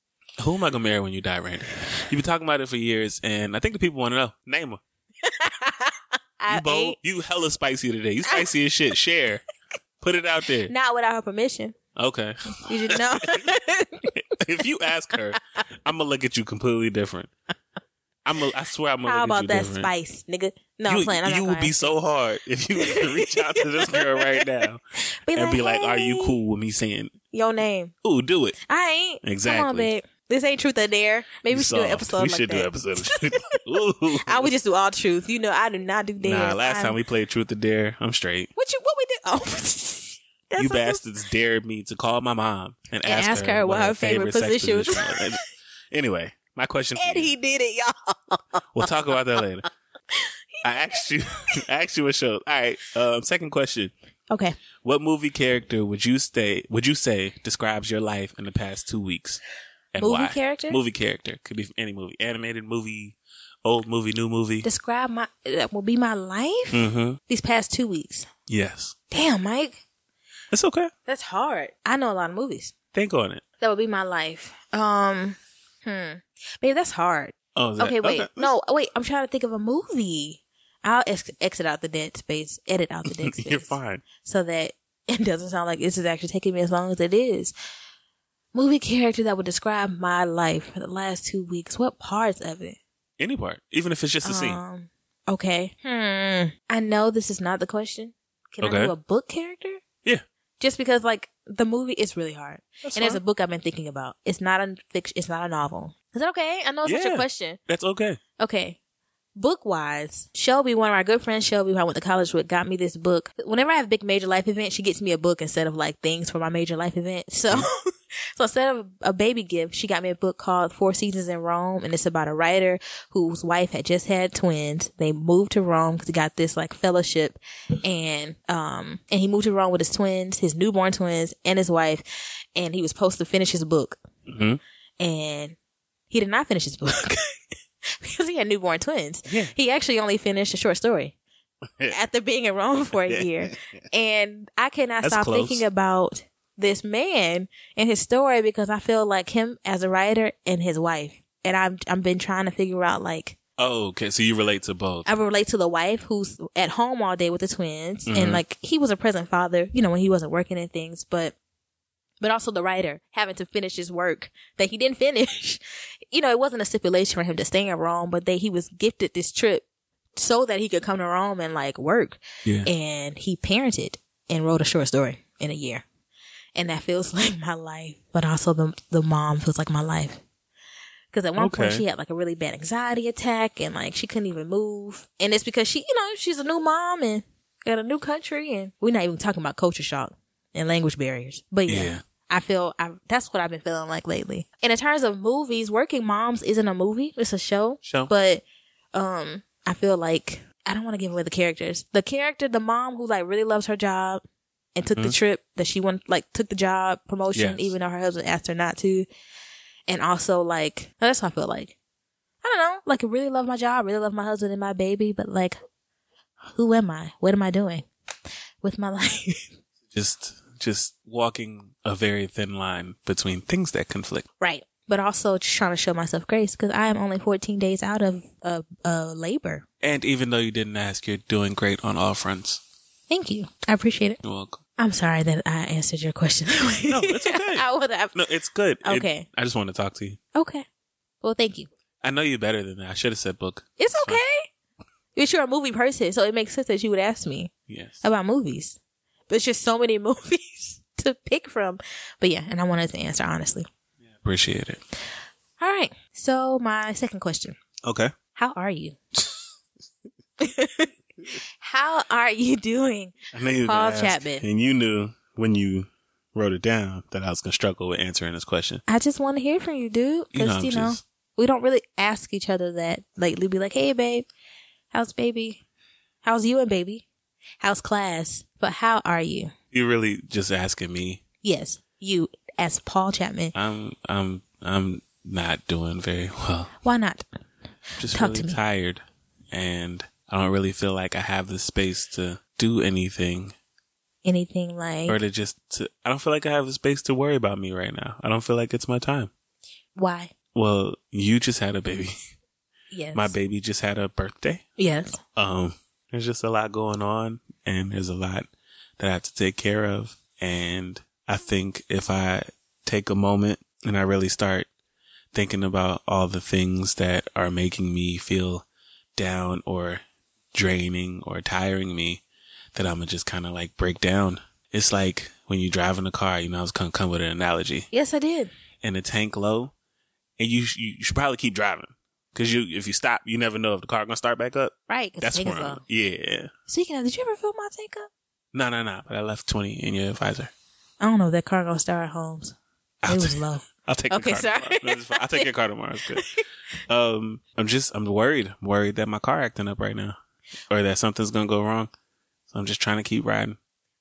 B: Who am I going to marry when you die, Randy? You've been talking about it for years, and I think the people want to know. Name her.
A: I
B: You bold.
A: ain't-
B: You hella spicy today. You spicy as shit. Share.
A: *laughs*
B: Put it out there.
A: not without her permission.
B: Okay. *laughs*
A: You should know.
B: if you ask her, I'm going to look at you completely different. I'm a, I swear I'm going to
A: How
B: look
A: about
B: at you
A: that
B: different.
A: spice, nigga? No,
B: you
A: I'm playing. I'm not
B: you would
A: gonna
B: be
A: ask.
B: so hard if you were to reach out to this girl right now and be like, "Are you
A: "Hey,
B: cool with me saying,
A: Your name?
B: ooh, do it?"
A: I ain't. Come on,
B: Exactly.
A: babe. This ain't truth or dare. Maybe we should do an
B: Soft.
A: episode
B: We
A: like
B: should
A: that.
B: do
A: *laughs*
B: an episode. ooh.
A: I would just do all truth. You know, I do not do dare.
B: Nah, last time we played Truth or Dare, I'm straight.
A: What you? What we did? Oh, *laughs* that's
B: you
A: so-
B: bastards dared me to call my mom and,
A: And
B: ask, her, what her favorite, sex
A: position
B: position
A: was. *laughs*
B: was. anyway, my question for
A: And
B: you.
A: he did it, y'all.
B: We'll talk about that
A: *laughs*
B: later. I asked you, *laughs* I asked you what show. All right. Um, second question:
A: Okay.
B: What movie character would you stay? Would you say describes your life in the past two weeks, and
A: Movie
B: why?
A: character?
B: Movie character could be from any movie, animated movie, old movie, new movie.
A: Describe my that will be my life
B: mm-hmm.
A: these past two weeks.
B: Yes,
A: Damn, Mike,
B: it's okay.
A: that's hard. I know a lot of movies.
B: Think on it.
A: That would be my life. Um, hmm, babe, that's hard.
B: Oh, is that-
A: Okay, wait, no, wait. I'm trying to think of a movie. I'll ex- exit out the dead space, edit out the dead space,
B: *laughs* You're fine.
A: so that *laughs* it doesn't sound like this is actually taking me as long as it is. Movie character that would describe my life for the last two weeks. What parts of it?
B: Any part, even if it's just a scene.
A: Um, okay. Hmm. I know this is not the question. Can I
B: Okay.
A: do a book character?
B: Yeah.
A: Just because, like, the movie is really hard,
B: That's
A: and there's a
B: fine.
A: book I've been thinking about. It's not a fiction. It's not a novel. Is that okay? I know it's not your
B: Yeah.
A: question.
B: That's okay.
A: Okay. Book wise, Shelby, one of my good friends, Shelby, who I went to college with, got me this book. Whenever I have a big major life event, she gets me a book instead of like things for my major life event. So, *laughs* so instead of a baby gift, she got me a book called Four Seasons in Rome, and it's about a writer whose wife had just had twins. They moved to Rome because he got this like fellowship, and um, and he moved to Rome with his twins, his newborn twins, and his wife, and he was supposed to finish his book,
B: Mhm.
A: and he did not finish his
B: *laughs*
A: book. because he had newborn twins.
B: Yeah.
A: He actually only finished a short
B: *laughs*
A: story after being in Rome for a year. And I cannot
B: That's
A: stop
B: close.
A: thinking about this man and his story because I feel like him as a writer and his wife. And I've I've been trying to figure out like
B: Oh, okay. So you relate to both.
A: I relate to the wife who's at home all day with the twins,
B: Mhm.
A: and like he was a present father, you know, when he wasn't working and things. But but also the writer having to finish his work that he didn't *laughs* finish. you know, it wasn't a stipulation for him to stay in Rome, but that he was gifted this trip so that he could come to Rome and like work.
B: Yeah.
A: And he parented and wrote a short story in a year. And that feels *laughs* like my life, but also the the mom feels like my life. Because at one point
B: Okay.
A: she had like a really bad anxiety attack and like she couldn't even move. And it's because she, you know, she's a new mom and got a new country and we're not even talking about culture shock and language barriers. But yeah,
B: Yeah.
A: I feel I, that's what I've been feeling like lately. And in terms of movies, Working Moms isn't a movie; it's a show.
B: Show.
A: But um, I feel like I don't want to give away the characters. The character, the mom who like really loves her job and took the trip that she went, like took the job promotion,
B: Yes.
A: even though her husband asked her not to. And also like oh, that's how I feel like. I don't know. Like I really love my job, really love my husband and my baby, but like, who am I? What am I doing with my *laughs* life?
B: Just just walking a very thin line between things that conflict.
A: Right. But also just trying to show myself grace because I am only 14 days out of uh, uh, labor.
B: And even though you didn't ask, you're doing great on all fronts.
A: Thank you. I appreciate it.
B: You're welcome.
A: I'm sorry that I answered your question. *laughs* no,
B: *laughs* it's okay.
A: I would have.
B: No, it's good. It-
A: Okay.
B: I just want to talk to you.
A: Okay. Well, thank you.
B: I know you better than that. I should have said book.
A: It's okay. But you're a movie person, so it makes sense that you would ask me
B: Yes.
A: about movies. There's just so many *laughs* movies to pick from. But yeah, and I wanted to answer honestly.
B: Appreciate it.
A: All right. So, my second question
B: Okay.
A: How are you? *laughs* How are you doing?
B: I knew you were
A: Paul
B: gonna ask,
A: Chapman.
B: And you knew when you wrote it down that I was going to struggle with answering this question.
A: I just want to hear from you, dude.
B: You know,
A: Because
B: I'm
A: you know,
B: just-
A: we don't really ask each other that lately. Be like, hey, babe, how's baby? How's you and baby? How's class? But how are you?
B: You're really just asking me.
A: Yes, you as Paul Chapman.
B: I'm I'm I'm not doing very well.
A: Why not?
B: just
A: Talk to
B: really
A: me.
B: tired and I don't really feel like I have the space to do anything
A: Anything like
B: or to just to, I don't feel like I have the space to worry about me right now. I don't feel like it's my time.
A: why?
B: Well, you just had a baby.
A: Yes,
B: My baby just had a birthday.
A: Yes,
B: Um there's just a lot going on and there's a lot that I have to take care of and I think if I take a moment and I really start thinking about all the things that are making me feel down or draining or tiring me that I'm gonna just kind of like break down. It's like when you drive in a car, you know, I was gonna come with an analogy
A: yes, I did.
B: and the tank low and you, sh- you should probably keep driving because you, if you stop, you never know if the car gonna start back up.
A: Right. 'cause
B: That's
A: niggas
B: where I'm,
A: are-
B: yeah.
A: Speaking of, did you ever fill my tank up?
B: No, no, no. But I left 20 in your advisor.
A: I don't know if that car gonna start Holmes.
B: I'll
A: It was
B: take-
A: low.
B: I'll take
A: Okay,
B: your car
A: sorry.
B: tomorrow. No, it's fine. I'll take your car tomorrow. It's
A: *laughs*
B: good. Um, I'm just I'm worried. I'm worried that my car acting up right now, or that something's gonna go wrong. So I'm just trying to keep riding.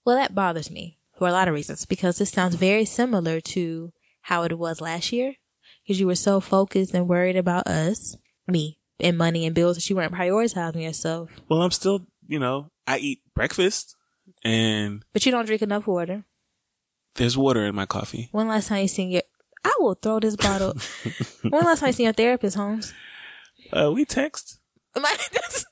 A: Well, that bothers me for a lot of reasons because this sounds very similar to how it was last year because you were so focused and worried about us, me, and money and bills that you weren't prioritizing yourself.
B: Well, I'm still, you know, I eat breakfast, and
A: But you don't drink enough water.
B: there's water in my coffee.
A: When last time you seen your? I will throw this
B: *laughs*
A: bottle. when last time you seen your therapist, Holmes? *laughs*
B: Uh, we text.
A: My, that's,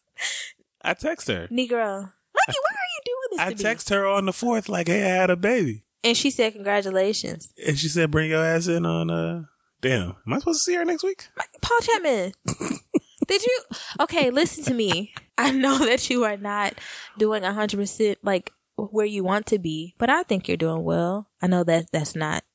B: I text her.
A: Negro. Lucky, why are you doing this
B: I
A: to me?
B: text her on the fourth, like, "Hey, I had a baby,"
A: and she said, "Congratulations,
B: and she said, "Bring your ass in on uh." Damn, am I supposed to see her next week?
A: My- Paul Chapman." Did you? Okay, listen to me. I know *laughs* that you are not doing 100% like where you want to be, but I think you're doing well. I know that that's not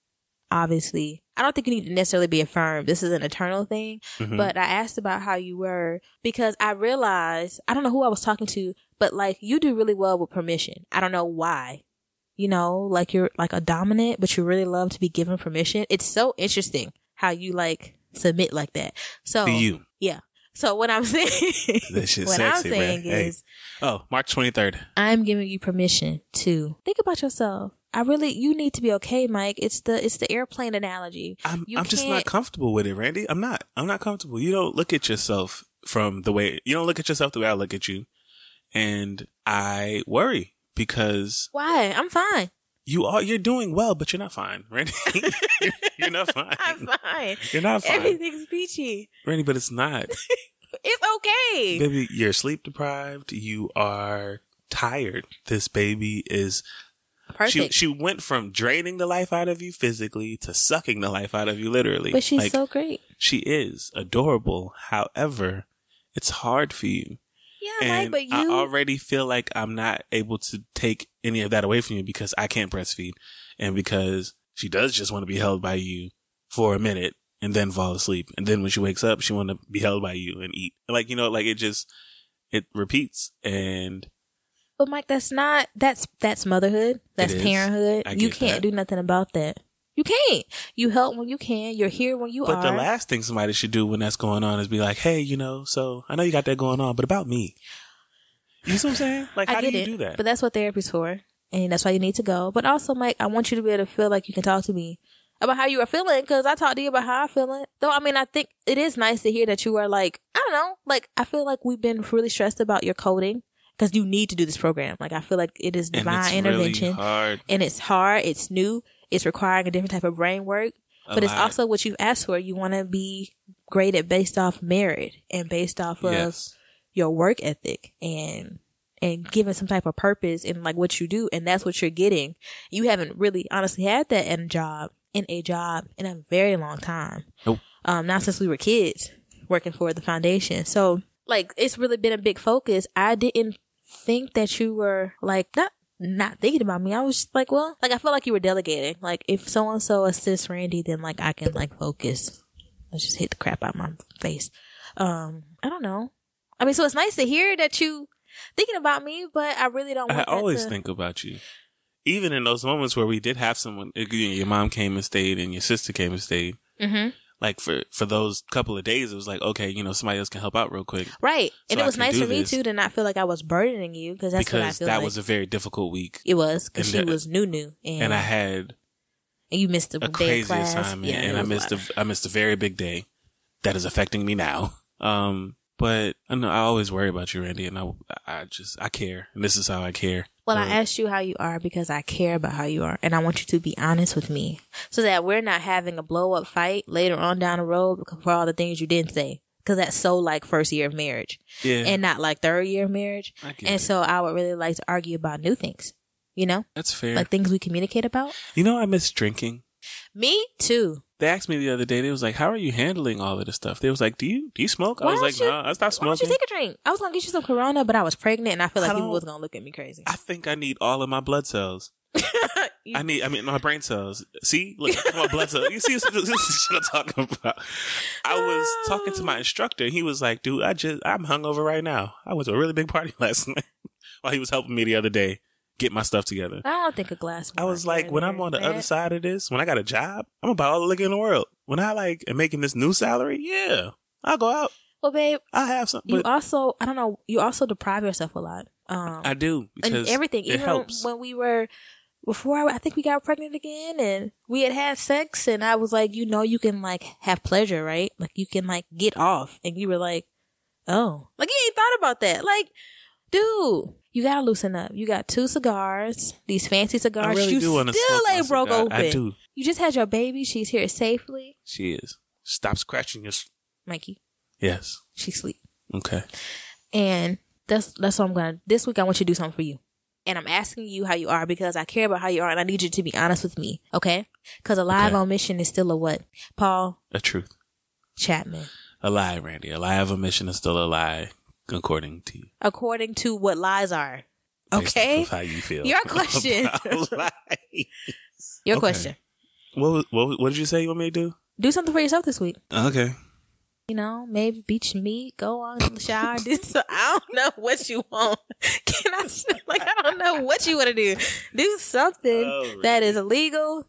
A: obviously, I don't think you need to necessarily be affirmed. This is an eternal thing, but I asked about how you were because I realized, I don't know who I was talking to, but like you do really well with permission. I don't know why. You know, like you're like a dominant, but you really love to be given permission. It's so interesting how you like submit like that. So
B: To you.
A: yeah. So what I'm *laughs* saying,
B: That shit
A: what
B: sexy,
A: I'm saying
B: bruh. Hey.
A: is,
B: Oh, March twenty third.
A: I'm giving you permission to think about yourself. I really, you need to be okay, Mike. It's the it's the airplane analogy.
B: I'm,
A: You
B: I'm just not
A: can't-
B: comfortable with it, Randy. I'm not. I'm not comfortable. You don't look at yourself from the way you don't look at yourself the way I look at you, and I worry because
A: Why? I'm fine. *laughs*
B: you are you're doing well, but you're not fine, Randy. *laughs* you're, you're
A: *laughs*
B: not fine.
A: I'm fine.
B: You're not fine,
A: Everything's peachy.
B: Randy. But
A: *laughs*
B: it's not,
A: It's okay.
B: baby. You're sleep deprived. You are tired. This baby is She
A: Perfect.
B: she went from draining the life out of you physically to sucking the life out of you literally.
A: but she's
B: Like,
A: so great.
B: she is adorable. However, it's hard for you.
A: Yeah,
B: and
A: like, but you.
B: I already feel like I'm not able to take any of that away from you because I can't breastfeed and because she does just want to be held by you for a minute and then fall asleep. And then when she wakes up, she want to be held by you and eat. Like, you know, like it just, it repeats and
A: but Mike, that's not. That's that's motherhood. That's
B: is.
A: parenthood.
B: I
A: You
B: get
A: can't
B: that.
A: do nothing about that. You can't. You help when you can. You're here when you
B: But
A: are.
B: the last thing somebody should do when that's going on is be like, hey, you know, so I know you got that going on, but about me. You see what I'm saying? Like, how
A: I get
B: do you
A: it.
B: do that?
A: But that's what therapy's for, and that's why you need to go. But also, Mike, I want you to be able to feel like you can talk to me about how you are feeling because I talked to you about how I'm feeling. Though, I mean, I think it is nice to hear that you are like, I don't know, like I feel like we've been really stressed about your coding because you need to do this program. Like I feel like it is
B: and
A: divine
B: it's
A: intervention,
B: really hard.
A: and it's hard, it's new, it's requiring a different type of brain work.
B: a
A: But it's
B: lot.
A: also what you've asked for. You want to be graded based off merit and based off of
B: Yes.
A: your work ethic and and given some type of purpose in like what you do and that's what you're getting you haven't really honestly had that in a job in a job in a very long time
B: Nope.
A: um not since we were kids working for the foundation so like it's really been a big focus i didn't think that you were like not not thinking about me i was just like well like i felt like you were delegating like if so and so assists randy then like i can like focus let's just hit the crap out of my face um i don't know I mean, so it's nice to hear that you thinking about me, but I really don't. Want
B: I
A: that
B: always
A: to-
B: think about you. Again, Even in those moments where we did have someone, again, your mom came and stayed and your sister came and stayed.
A: Mhm.
B: Like for, for those couple of days, it was like, okay, you know, somebody else can help out real quick.
A: right, and
B: So
A: it
B: I
A: was
B: can
A: nice
B: do
A: for me
B: this.
A: too to not feel like I was burdening you because that's what I
B: because
A: feel
B: that
A: like
B: was a very difficult week.
A: it was because
B: and
A: she
B: the-
A: was new, new, and
B: And I had
A: and you missed the
B: a
A: day
B: crazy
A: of class.
B: assignment
A: Yeah,
B: and
A: it
B: I
A: was
B: missed
A: lot.
B: a, I missed a very big day that is affecting me now. *laughs* Um, but I know I always worry about you, Randy, and I, I just, I care. And this is how I care.
A: Well, I
B: Um,
A: asked you how you are because I care about how you are, and I want you to be honest with me so that we're not having a blow up fight later on down the road because- for all the things you didn't say. Because that's so like first year of marriage
B: yeah,
A: and not like third year of marriage.
B: I get
A: And
B: it.
A: so I would really like to argue about new things, you know?
B: that's fair.
A: like things we communicate about.
B: you know, I miss drinking.
A: Me too.
B: They asked me the other day. They was like, "How are you handling all of this stuff?" They was like, "Do you do you smoke?" I
A: Why
B: was like,
A: don't you-
B: "Nah, I stopped
A: Why don't you
B: smoking."
A: take a drink? I was gonna get you some Corona, but I was pregnant, and I feel
B: I
A: like people
B: don't-
A: was gonna look at me crazy.
B: I think I need all of my blood cells.
A: You-
B: *laughs* I need, I mean, my brain cells. See, look, my blood cells. You see, this this is what I'm talking about. I was talking to my instructor. He was like, dude, I just, I'm hungover right now. I went to a really big party *laughs* last night while he was helping me the other day get my stuff together.
A: I don't think a glass. of
B: I was
A: wine
B: like, when
A: there
B: I'm on the
A: is
B: other
A: bad.
B: side of this, when I got a job, I'm about all the liquor in the world. When I like am making this new salary, yeah, I'll go out.
A: Well, babe,
B: I'll have something.
A: you
B: But
A: also I don't know. You also deprive yourself a lot. Um,
B: I do
A: and
B: because
A: everything.
B: It
A: Even
B: helps.
A: when we were before, I, I think we got pregnant again, and we had had sex, and I was like, you know, you can like have pleasure, right? Like you can like get off, and you were like, oh, like you ain't thought about that, like, dude. You gotta loosen up. You got two cigars, these fancy
B: I
A: cigars.
B: really
A: you
B: do want to
A: still
B: smoke my
A: ain't broke
B: cigar.
A: open.
B: I do.
A: You just had your baby. She's here safely,
B: She is. Stop scratching your. s-
A: Mikey.
B: Yes.
A: She's asleep.
B: Okay.
A: And that's that's what I'm gonna. This week I want you to do something for you, and I'm asking you how you are because I care about how you are, and I need you to be honest with me, okay? Because a live
B: Okay.
A: on mission is still a what? Paul
B: A truth.
A: Chapman,
B: A lie, Randy. A lie of omission is still a lie, according to you.
A: according to what lies are.
B: Based
A: Okay.
B: off of how you feel.
A: Your question.
B: *laughs* about lies.
A: Your
B: Okay.
A: question.
B: what, was, what was- what did you say you want me to do?
A: Do something for yourself this week.
B: Okay.
A: You know, maybe beach me, go on in the shower. do so I don't know what you want. *laughs* Can I like I don't know what you want to do. Do something
B: Oh,
A: that is illegal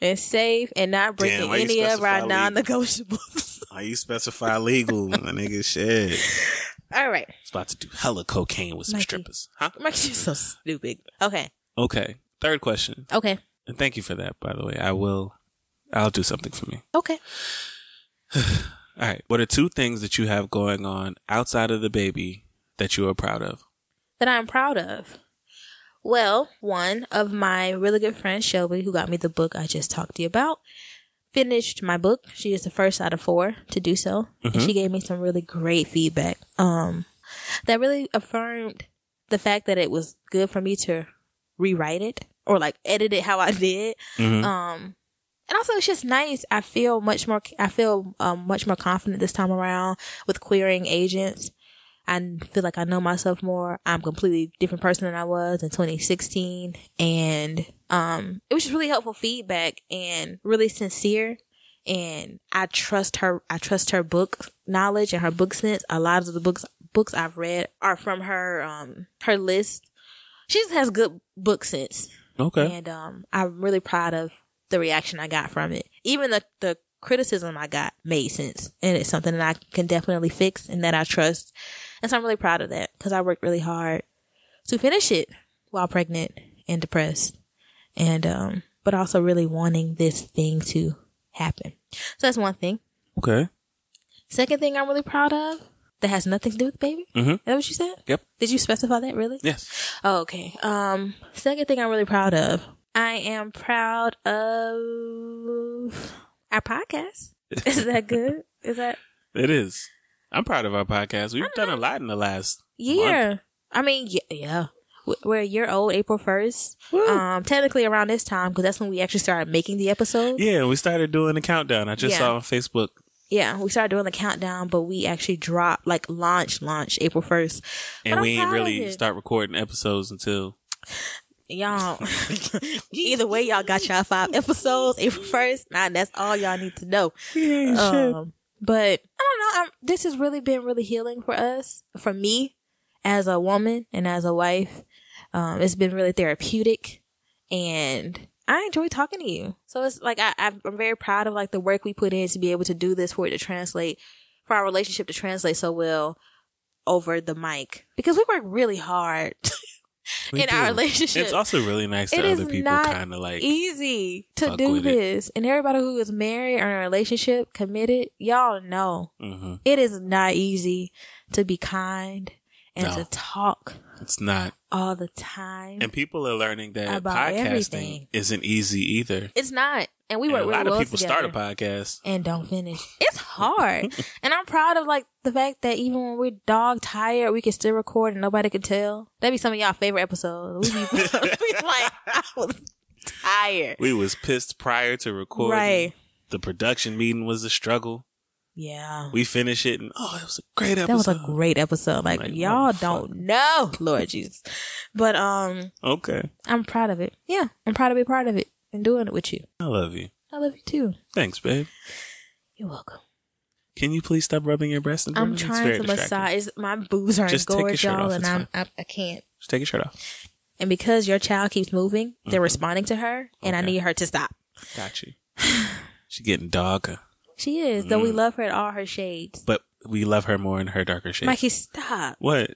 A: and safe and not breaking
B: why you
A: any of
B: specify
A: our
B: legal?
A: non-negotiables. *laughs*
B: Are you specify legal, my nigga? Shit. It's
A: All right.
B: about to do hella cocaine with some
A: Mikey.
B: strippers. Huh?
A: Mike, you're so stupid. Okay.
B: Okay. Third question.
A: Okay.
B: And thank you for that, by the way. I will, I'll do something for me.
A: Okay.
B: All right. What are two things that you have going on outside of the baby that you are proud of?
A: That I'm proud of. Well, one of my really good friends, Shelby, who got me the book I just talked to you about, finished my book. She is the first out of four to do so. And she gave me some really great feedback. Um, that really affirmed the fact that it was good for me to rewrite it or like edit it how I did.
B: Mhm.
A: Um, and also it's just nice. I feel much more, I feel um, much more confident this time around with querying agents. I feel like I know myself more. I'm a completely different person than I was in 2016. And, um, it was just really helpful feedback and really sincere. And I trust her, I trust her book knowledge and her book sense. A lot of the books, books I've read are from her, um, her list. She just has good book sense.
B: Okay.
A: And um, I'm really proud of the reaction I got from it. Even the, the criticism I got made sense. And it's something that I can definitely fix and that I trust. And so I'm really proud of that because I worked really hard to finish it while pregnant and depressed. And, um, but also really wanting this thing to happen. So that's one thing.
B: Okay.
A: Second thing I'm really proud of that has nothing to do with the baby.
B: Mhm.
A: Is that what you said?
B: Yep.
A: Did you specify that really?
B: Yes.
A: Oh, okay. Um, second thing I'm really proud of. I am proud of our podcast. *laughs* Is that good? Is that
B: It is. I'm proud of our podcast. We've done a lot in the last
A: year? I mean, yeah, yeah. We- We're a year old, April first. Um, technically around this time because that's when we actually started making the episode.
B: Yeah, we started doing the countdown. I just
A: Yeah.
B: saw on Facebook.
A: Yeah, we started doing the countdown, but we actually dropped like launch, launch April first.
B: And
A: I'm
B: we ain't
A: proud of
B: really
A: it.
B: start recording
A: *laughs*
B: episodes until
A: Y'all, *laughs* either way, y'all got y'all five episodes April first. Nah, that's all y'all need to know.
B: *laughs*
A: Um, but I don't know. I'm, this has really been really healing for us, for me as a woman and as a wife. Um, it's been really therapeutic and I enjoy talking to you. So it's like, I, I've- I'm very proud of like the work we put in to be able to do this for it to translate, for our relationship to translate so well over the mic because we work really hard *laughs*
B: We
A: in our
B: do.
A: relationship
B: It's also really nice
A: It
B: to
A: is
B: other people
A: not e-
B: kind of like
A: easy to
B: fuck
A: do
B: with it.
A: this. And everybody who is married or in a relationship, committed, y'all know
B: hmm
A: it is not easy to be kind and
B: No.
A: to talk
B: it's not.
A: all the time.
B: And people are learning that
A: About
B: podcasting
A: everything.
B: isn't easy either.
A: it's not. And we
B: And
A: work
B: a
A: really
B: lot
A: well
B: of people
A: together.
B: start a podcast.
A: and don't finish. It's
B: *laughs*
A: hard. and I'm proud of like the fact that even when we're dog tired, we can still record and nobody could tell. That'd be some of y'all favorite episodes. We'd be, *laughs* we'd be like, I was tired.
B: We was pissed prior to recording.
A: Right.
B: The production meeting was a struggle.
A: Yeah.
B: We finished it and oh, it was a great episode.
A: That was a great episode. Like,
B: Like,
A: y'all
B: motherfucker.
A: don't know, Lord Jesus. But um,
B: okay.
A: I'm proud of it. Yeah, I'm proud to be part of it and doing it with you.
B: I love you.
A: I love you too.
B: Thanks, babe.
A: You're welcome.
B: Can you please stop rubbing your breast? and
A: I'm
B: burning? It's
A: trying
B: very
A: to
B: distracting.
A: massage. My boobs are
B: Just take your
A: engorged,
B: shirt
A: y'all,
B: off,
A: and
B: it's
A: I'm, I, I can't.
B: Just take your shirt off.
A: And because your child keeps moving, they're responding to her, and I
B: Mm-hmm. Okay.
A: need her to stop. *sighs*
B: Got you. she getting darker,
A: She is, though
B: Mm.
A: we love her in all her shades.
B: but we love her more in her darker shade.
A: Mikey, stop.
B: What?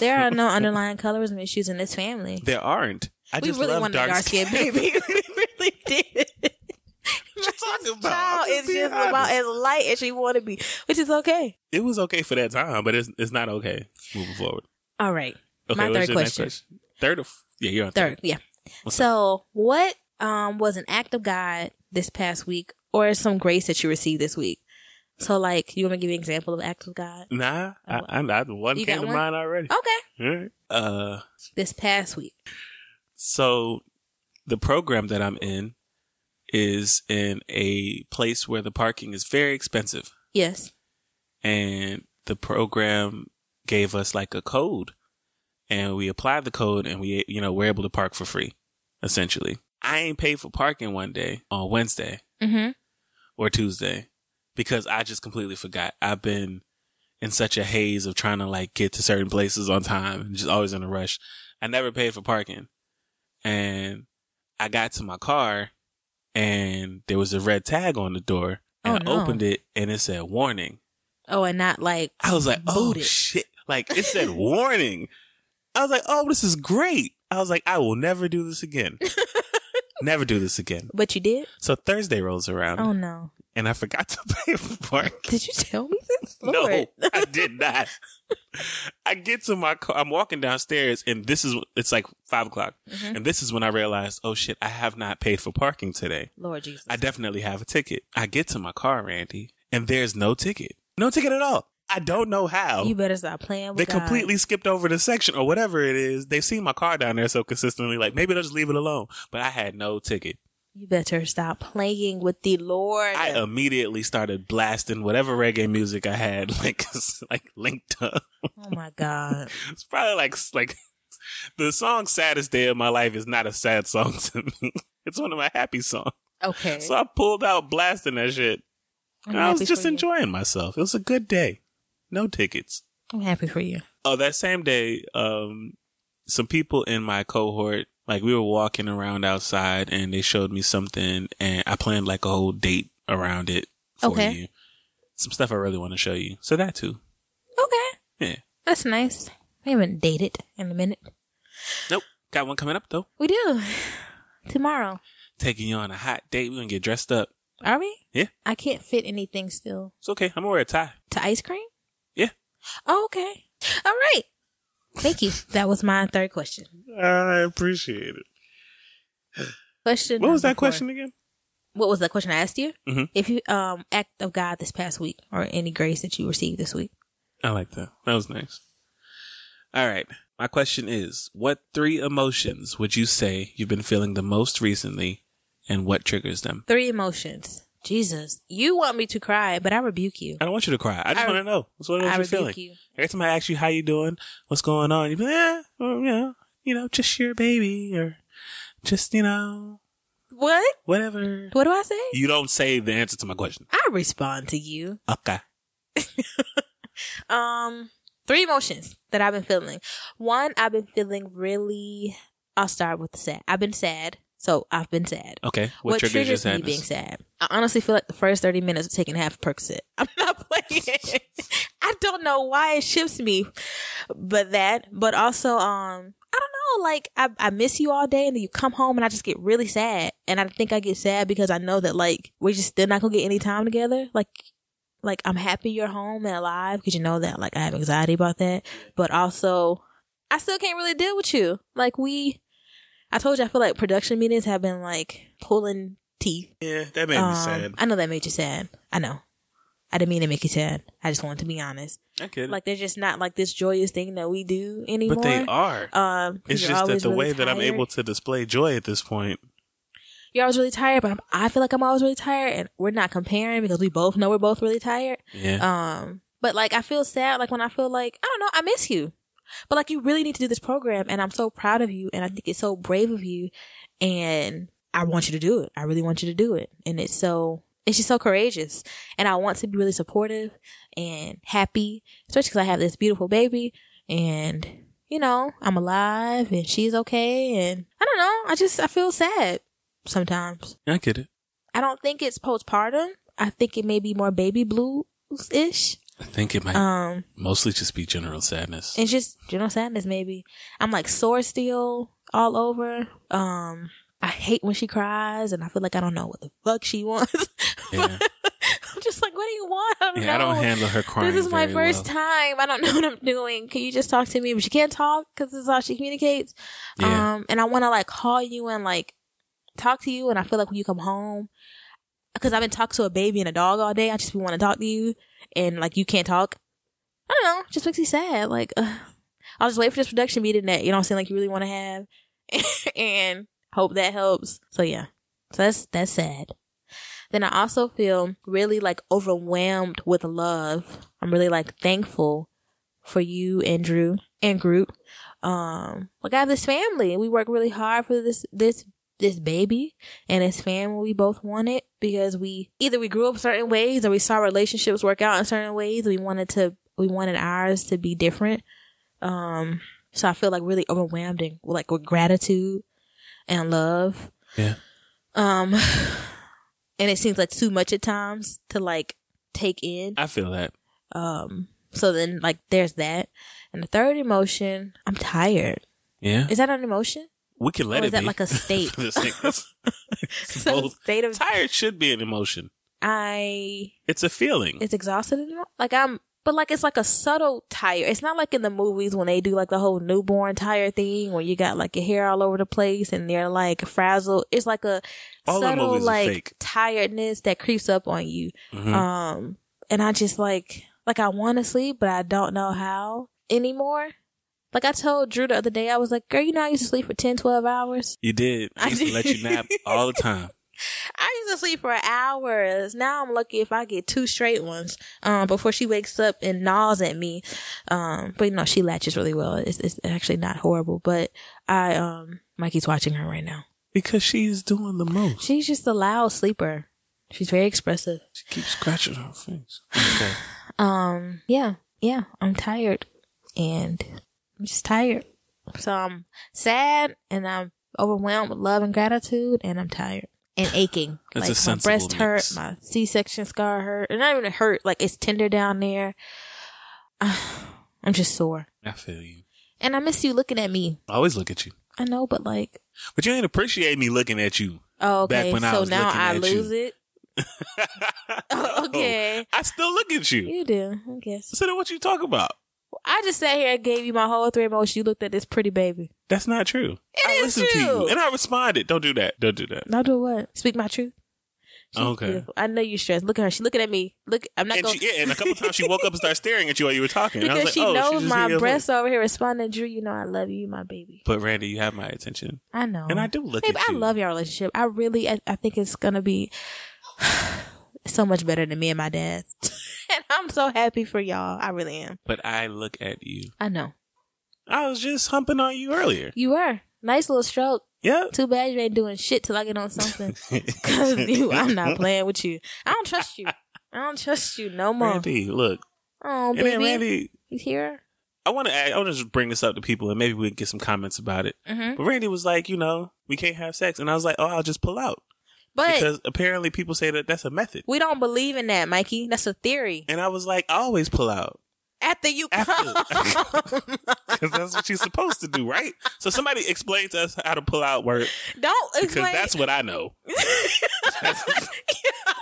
A: There are no underlying colorism issues in this family.
B: There aren't. I
A: We
B: just
A: really
B: love
A: wanted a
B: dark
A: dark skinned baby. *laughs* we really did. My
B: talking about?
A: Child
B: I'm just
A: is
B: being
A: just about
B: honest.
A: as light as she want to be, which is okay.
B: *laughs* It was okay for that time, but it's it's not okay moving forward.
A: All right.
B: Okay,
A: My
B: what's
A: third
B: your next
A: question.
B: Third or f- yeah, you're on third.
A: Third, yeah.
B: What's
A: so, what um was an act of God this past week, or some grace that you received this week? So, like, you want me to give you an example of act of God?
B: Nah, I, I, I one
A: You
B: came
A: got
B: to
A: one? Oh.
B: mind already.
A: Okay.
B: Alright. Uh,
A: This past week.
B: so the program that I'm in is in a place where the parking is very expensive.
A: Yes.
B: and the program gave us like a code and we applied the code and we you know we're able to park for free essentially i ain't paid for parking one day on wednesday
A: Mm-hmm.
B: or tuesday because i just completely forgot i've been in such a haze of trying to like get to certain places on time and just always in a rush i never paid for parking and i got to my car and there was a red tag on the door
A: Oh,
B: and i
A: no.
B: opened it and it said warning
A: Oh, and not like,
B: I was like, oh
A: Booted.
B: shit. Like
A: *laughs*
B: it said warning. I was like, oh, this is great. I was like, I will never do
A: *laughs*
B: this again. never do this again.
A: but you did?
B: So Thursday rolls around
A: Oh, no.
B: and I forgot *laughs* to pay for parking.
A: Did you tell me this?
B: *laughs* No,
A: Lord.
B: I did not. I get to my car. I'm walking downstairs and this is, it's like five o'clock.
A: Mhm.
B: And this is when I realized, oh shit, I have not paid for parking today.
A: Lord Jesus.
B: I definitely have a ticket. I get to my car, Randy, and there's no ticket. No ticket at all. I don't know how.
A: You better stop playing with
B: they
A: Oh God.
B: completely skipped over the section or whatever it is. They've seen my car down there so consistently, like maybe they'll just leave it alone. But I had no ticket.
A: You better stop playing with the Lord.
B: I immediately started blasting whatever reggae music I had, *laughs* like like linked up.
A: oh my God.
B: It's probably like like the song "Saddest Day of My Life" is not a sad song *laughs* to me. It's one of my happy songs.
A: Okay.
B: *laughs* So I pulled out blasting that shit.
A: I'm
B: And I was
A: happy
B: just
A: for you.
B: enjoying myself. It was a good day. No tickets.
A: I'm happy for you.
B: Oh, that same day, um, some people in my cohort, like we were walking around outside and they showed me something and I planned like a whole date around it for
A: Okay.
B: you. Some stuff I really want to show you. So that too.
A: Okay.
B: Yeah.
A: That's nice. We haven't dated in a minute.
B: Nope. Got one coming up though.
A: We do. *sighs* Tomorrow.
B: Taking you on a hot date. We're going to get dressed up.
A: Are we?
B: Yeah.
A: I can't fit anything still.
B: It's okay. I'm going to wear a tie.
A: To ice cream?
B: Yeah.
A: Oh, okay. All right. Thank you. that was my third question.
B: I appreciate it.
A: Question.
B: What was
A: number
B: that
A: four.
B: question again?
A: What was the question I asked you?
B: Mhm.
A: If you um act of God this past week or any grace that you received this week.
B: I like that. That was nice. All right. My question is what three emotions would you say you've been feeling the most recently and what triggers them?
A: Three emotions. Jesus, you want me to cry, but I rebuke you.
B: I don't want you to cry. I just
A: I-
B: want to know. That's what
A: I
B: I you
A: rebuke
B: feeling.
A: you.
B: Every time I ask you how you doing, what's going on, you be like, yeah, well, you know, you know, just your baby or just, you know,
A: What?
B: whatever.
A: What do I say?
B: You don't say the answer to my question.
A: I respond to you.
B: Okay.
A: Um, three emotions that I've been feeling. One, I've been feeling really. I'll start with the sad. I've been sad, so I've been sad.
B: Okay. What, triggers, your
A: me being
B: sadness?
A: sad? I honestly feel like the first thirty minutes of taking half a Percocet. *laughs* I'm not playing. *laughs* I don't know why it shifts me, but that. But also, um, I don't know. Like I, I miss you all day, and then you come home, and I just get really sad. And I think I get sad because I know that like we're just still not gonna get any time together. Like, like I'm happy you're home and alive because you know that. Like I have anxiety about that, but also I still can't really deal with you. Like we. I told you I feel like production meetings have been like pulling teeth.
B: Yeah, that made me
A: Um,
B: sad.
A: I know that made you sad. I know. I didn't mean to make you sad. I just wanted to be honest.
B: I get it.
A: Like they're just not like this joyous thing that we do anymore.
B: but they are.
A: Um, 'cause
B: it's
A: you're
B: just that
A: always
B: the
A: really
B: way that I'm
A: tired.
B: able to display joy at this point
A: You're always really tired, but I'm, I feel like I'm always really tired, and we're not comparing because we both know we're both really tired.
B: Yeah.
A: Um, but like I feel sad, like when I feel like I don't know, I miss you. But like you really need to do this program, and I'm so proud of you, and I think it's so brave of you, and I want you to do it. I really want you to do it, and it's so it's just so courageous, and I want to be really supportive and happy, especially because I have this beautiful baby, and you know I'm alive, and she's okay, and I don't know, I just I feel sad sometimes.
B: I get it.
A: I don't think it's postpartum. I think it may be more baby blues ish.
B: I think it might
A: Um,
B: mostly just be general sadness.
A: it's just general sadness. Maybe I'm like sore still all over. Um, I hate when she cries, and I feel like I don't know what the fuck she wants. *laughs*
B: Yeah.
A: I'm just like, what do you want? I don't
B: yeah, I
A: know.
B: don't handle her crying.
A: this is my
B: very
A: first
B: well.
A: time. I don't *laughs* know what I'm doing. Can you just talk to me? But she can't talk because this is how she communicates.
B: Yeah.
A: Um, and I want to like call you and like talk to you. And I feel like when you come home, because I've been talking to a baby and a dog all day, I just want to talk to you, and like you can't talk. I don't know. it Just makes me sad. Like ugh. I'll just wait for this production meeting that you know what I'm saying like you really want to have, *laughs* and hope that helps. So yeah, so that's that's sad. Then I also feel really like overwhelmed with love. I'm really like thankful for you and Drew and group um like I have this family and we work really hard for this this this baby and his family we both want it because we either we grew up certain ways or we saw relationships work out in certain ways we wanted to we wanted ours to be different um so I feel like really overwhelmed and like with gratitude and love
B: Yeah.
A: um *sighs* and it seems like too much at times to like take in
B: I feel that.
A: um so then like there's that and the third emotion I'm tired
B: Yeah.
A: is that an emotion? *laughs*
B: we can let
A: or
B: it
A: is that
B: be. *laughs*
A: like a state?
B: This thing
A: *laughs*
B: is- it's
A: It's a
B: both.
A: state of
B: Tired should be an emotion.
A: I
B: It's a feeling.
A: it's exhausted. and all- Like I'm, but like it's like a subtle tire. It's not like in the movies when they do like the whole newborn tire thing where you got like your hair all over the place and they're like frazzled. It's like a
B: All our
A: subtle
B: movies are Mm-hmm.
A: like
B: fake.
A: tiredness that creeps up on you.
B: Mhm.
A: Um, and I just like Like I want to sleep, but I don't know how anymore. Like I told Drew the other day, I was like, girl, you know, I used to sleep for 10, 12 hours.
B: You did.
A: *laughs*
B: I
A: I
B: used to
A: did.
B: let you nap all the time.
A: I used to sleep for hours. Now I'm lucky if I get two straight ones um, before she wakes up and gnaws at me. Um, but no, she latches really well. It's, it's actually not horrible. But I, um, Mikey's watching her right now.
B: Because she's doing the most.
A: She's just a loud sleeper. She's very expressive.
B: She keeps scratching her face. Okay.
A: Um, yeah, yeah. I'm tired, and I'm just tired. So I'm sad, and I'm overwhelmed with love and gratitude, and I'm tired and aching.
B: *sighs* That's a
A: my
B: sensible
A: breast hurt,
B: mix.
A: my C-section scar hurt, and not even hurt. Like it's tender down there. *sighs* I'm just sore,
B: I feel you.
A: and I miss you looking at me.
B: I always look at you.
A: I know, but like,
B: But you ain't appreciate me looking at you.
A: oh,
B: Back
A: okay.
B: when I
A: so
B: was
A: now
B: looking
A: I
B: at Oh.
A: lose
B: *laughs*
A: it. Oh,
B: No,
A: Okay.
B: I still look at you.
A: You do, I guess.
B: So then what you talk about?
A: I just sat here and gave you my whole three emotions. You looked at this pretty baby.
B: That's not true. I
A: is
B: listened to you
A: true.
B: and I responded. Don't do that. Don't do that.
A: Now do what? Speak my truth. She's
B: Oh, Okay.
A: beautiful. I know you stressed. Look at her. She looking at me. Look, I'm not
B: And
A: going
B: she,
A: *laughs*
B: yeah, and a couple times she woke up and started staring at you while you were talking. And I
A: because
B: was like,
A: she
B: oh, she's
A: knows
B: just
A: my
B: here.
A: breasts over here responding. Drew, you know I love you. You my baby.
B: But Randy, you have my attention,
A: I know.
B: and I do look
A: Babe,
B: at
A: I
B: you.
A: love your relationship. I really, I, I think it's gonna be *sighs* so much better than me and my dad. *laughs* and I'm so happy for y'all. I really am.
B: but I look at you.
A: I know
B: I was just humping on you earlier.
A: you were nice little stroke.
B: Yep.
A: Too bad you ain't doing shit till I get on
B: *laughs*
A: something. Cause you, I'm not playing with you. I don't trust you. I don't trust you no more.
B: Randy, look,
A: Oh,
B: and
A: baby,
B: then Randy.
A: you here?
B: I want to. I want to just bring this up to people, and maybe we can get some comments about it.
A: Mm-hmm.
B: But Randy was like, you know, we can't have sex, and I was like, oh, I'll just pull out
A: But
B: because apparently people say that that's a method.
A: we don't believe in that, Mikey. That's a theory.
B: And I was like, I always pull out
A: After you
B: After. *laughs*
A: come,
B: because that's what she's supposed to do, right? So somebody explain to us how to pull out word
A: *laughs* don't
B: because
A: explain. *sighs*
B: that's what
A: *laughs*
B: I know. *laughs* That's,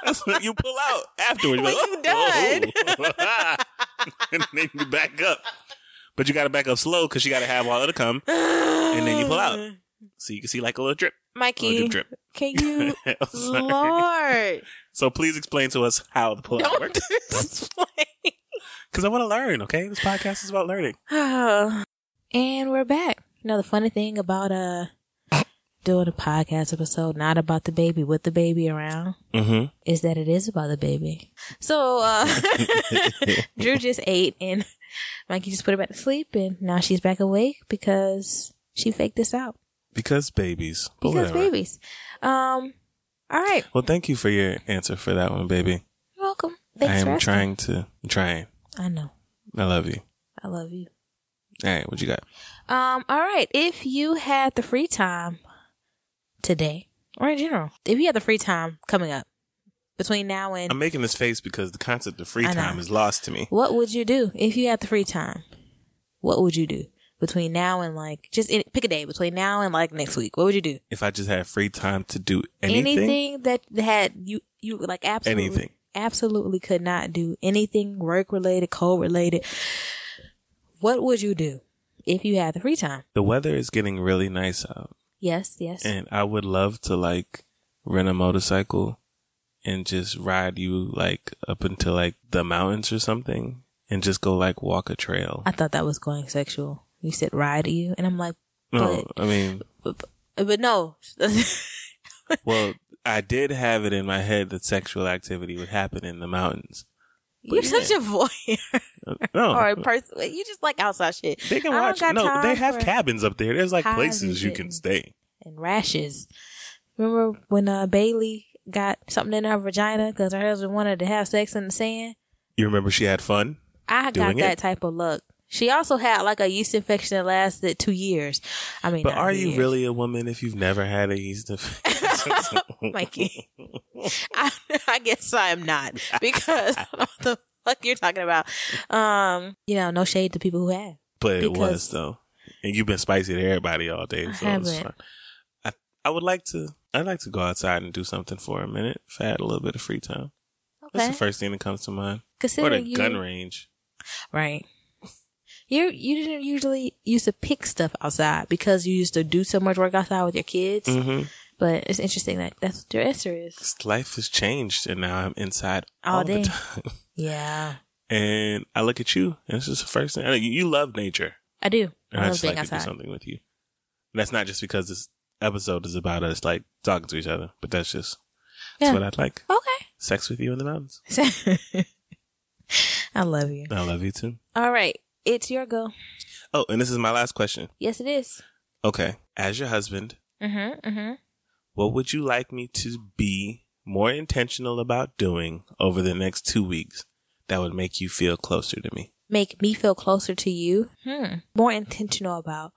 B: that's what you pull out afterwards.
A: When
B: You're
A: you done.
B: oh. *laughs* and then you back up. But you got to back up slow because you got to have all of it come. And then you pull out. So you can see like a little drip. A little
A: Mikey.
B: drip, *laughs*
A: Can you,
B: drip. I'm sorry. *laughs*
A: Lord,
B: so please explain to us how the pull out
A: don't
B: works.
A: explain. *sighs*
B: Because I want to learn, okay? This podcast is about learning.
A: and we're back. You know the funny thing about uh doing a podcast episode not about the baby with the baby around
B: Mm-hmm.
A: is that it is about the baby. So uh *laughs* Drew just ate and Mikey just put her back to sleep and now she's back awake because she faked this out.
B: Because babies. But
A: Because
B: whatever.
A: babies. Um all right.
B: Well, thank you for your answer for that one, baby.
A: You're welcome. Thanks
B: I
A: for
B: am
A: asking.
B: trying to. I'm trying.
A: I know.
B: I love you.
A: I love you.
B: All right, what you got?
A: Um, all right. If you had the free time today or in general, if you had the free time coming up between now and
B: I'm making this face because the concept of free
A: I know.
B: time is lost to me.
A: What would you do if you had the free time? What would you do between now and like just in, pick a day between now and like next week? What would you do?
B: If I just had free time to do anything,
A: that had you you like absolutely
B: Anything.
A: absolutely could not do anything work related, co related. What would you do if you had the free time?
B: the weather is getting really nice out,
A: Yes, yes.
B: and I would love to like rent a motorcycle and just ride you like up into like the mountains or something, and just go like walk a trail.
A: I thought that was going sexual. You said ride you, and I'm like,
B: no,
A: *laughs*
B: I mean,
A: but, but no. *laughs*
B: well, I did have it in my head that sexual activity would happen in the mountains.
A: You're such a voyeur *laughs*
B: No,
A: or a person. You just like outside shit.
B: Oh. They can
A: I don't
B: watch.
A: got
B: No,
A: time
B: they have
A: for-
B: cabins up there. There's like
A: Hives
B: places
A: and
B: you
A: shit.
B: can stay.
A: and rashes. Remember when uh, Bailey got something in her vagina because her husband wanted to have sex in the sand?
B: You remember she had fun?
A: I got
B: Doing
A: that
B: it.
A: type of luck. She also had like a yeast infection that lasted two years. I mean,
B: But
A: not
B: are you
A: years.
B: really a woman if you've never had a yeast infection?
A: *laughs*
B: *laughs*
A: Mikey? I, I guess I am not because *laughs* I don't know what the fuck you're talking about. Um, you know, no shade to people who have.
B: but it
A: Because-
B: was though, and you've been spicy to everybody all day.
A: I
B: So it's
A: haven't.
B: fine. I I would like to. I'd like to go outside and do something for a minute if I had a little bit of free time. That's
A: Okay,
B: the first thing that comes to mind. Or
A: considering
B: the
A: you,
B: gun range.
A: right? You you didn't usually used to pick stuff outside because you used to do so much work outside with your kids.
B: hmm
A: But it's interesting that that's what your answer is.
B: Life has changed, and now I'm inside all,
A: All day.
B: the time. *laughs*
A: Yeah.
B: and I look at you, and this is the first thing. I know you, you love nature,
A: I do.
B: and
A: I,
B: I,
A: love
B: just like
A: being
B: to do
A: outside.
B: something with you. And that's not just because this episode is about us like talking to each other, but that's just that's
A: Yeah.
B: what I'd like.
A: Okay.
B: Sex with you in the mountains.
A: *laughs* I love you.
B: I love you too.
A: All right. It's your go.
B: Oh, and this is my last question.
A: Yes, it is.
B: Okay, as your husband,
A: Mm-hmm. Mm-hmm.
B: what would you like me to be more intentional about doing over the next two weeks that would make you feel closer to me?
A: Make me feel closer to you. Hmm. More intentional about.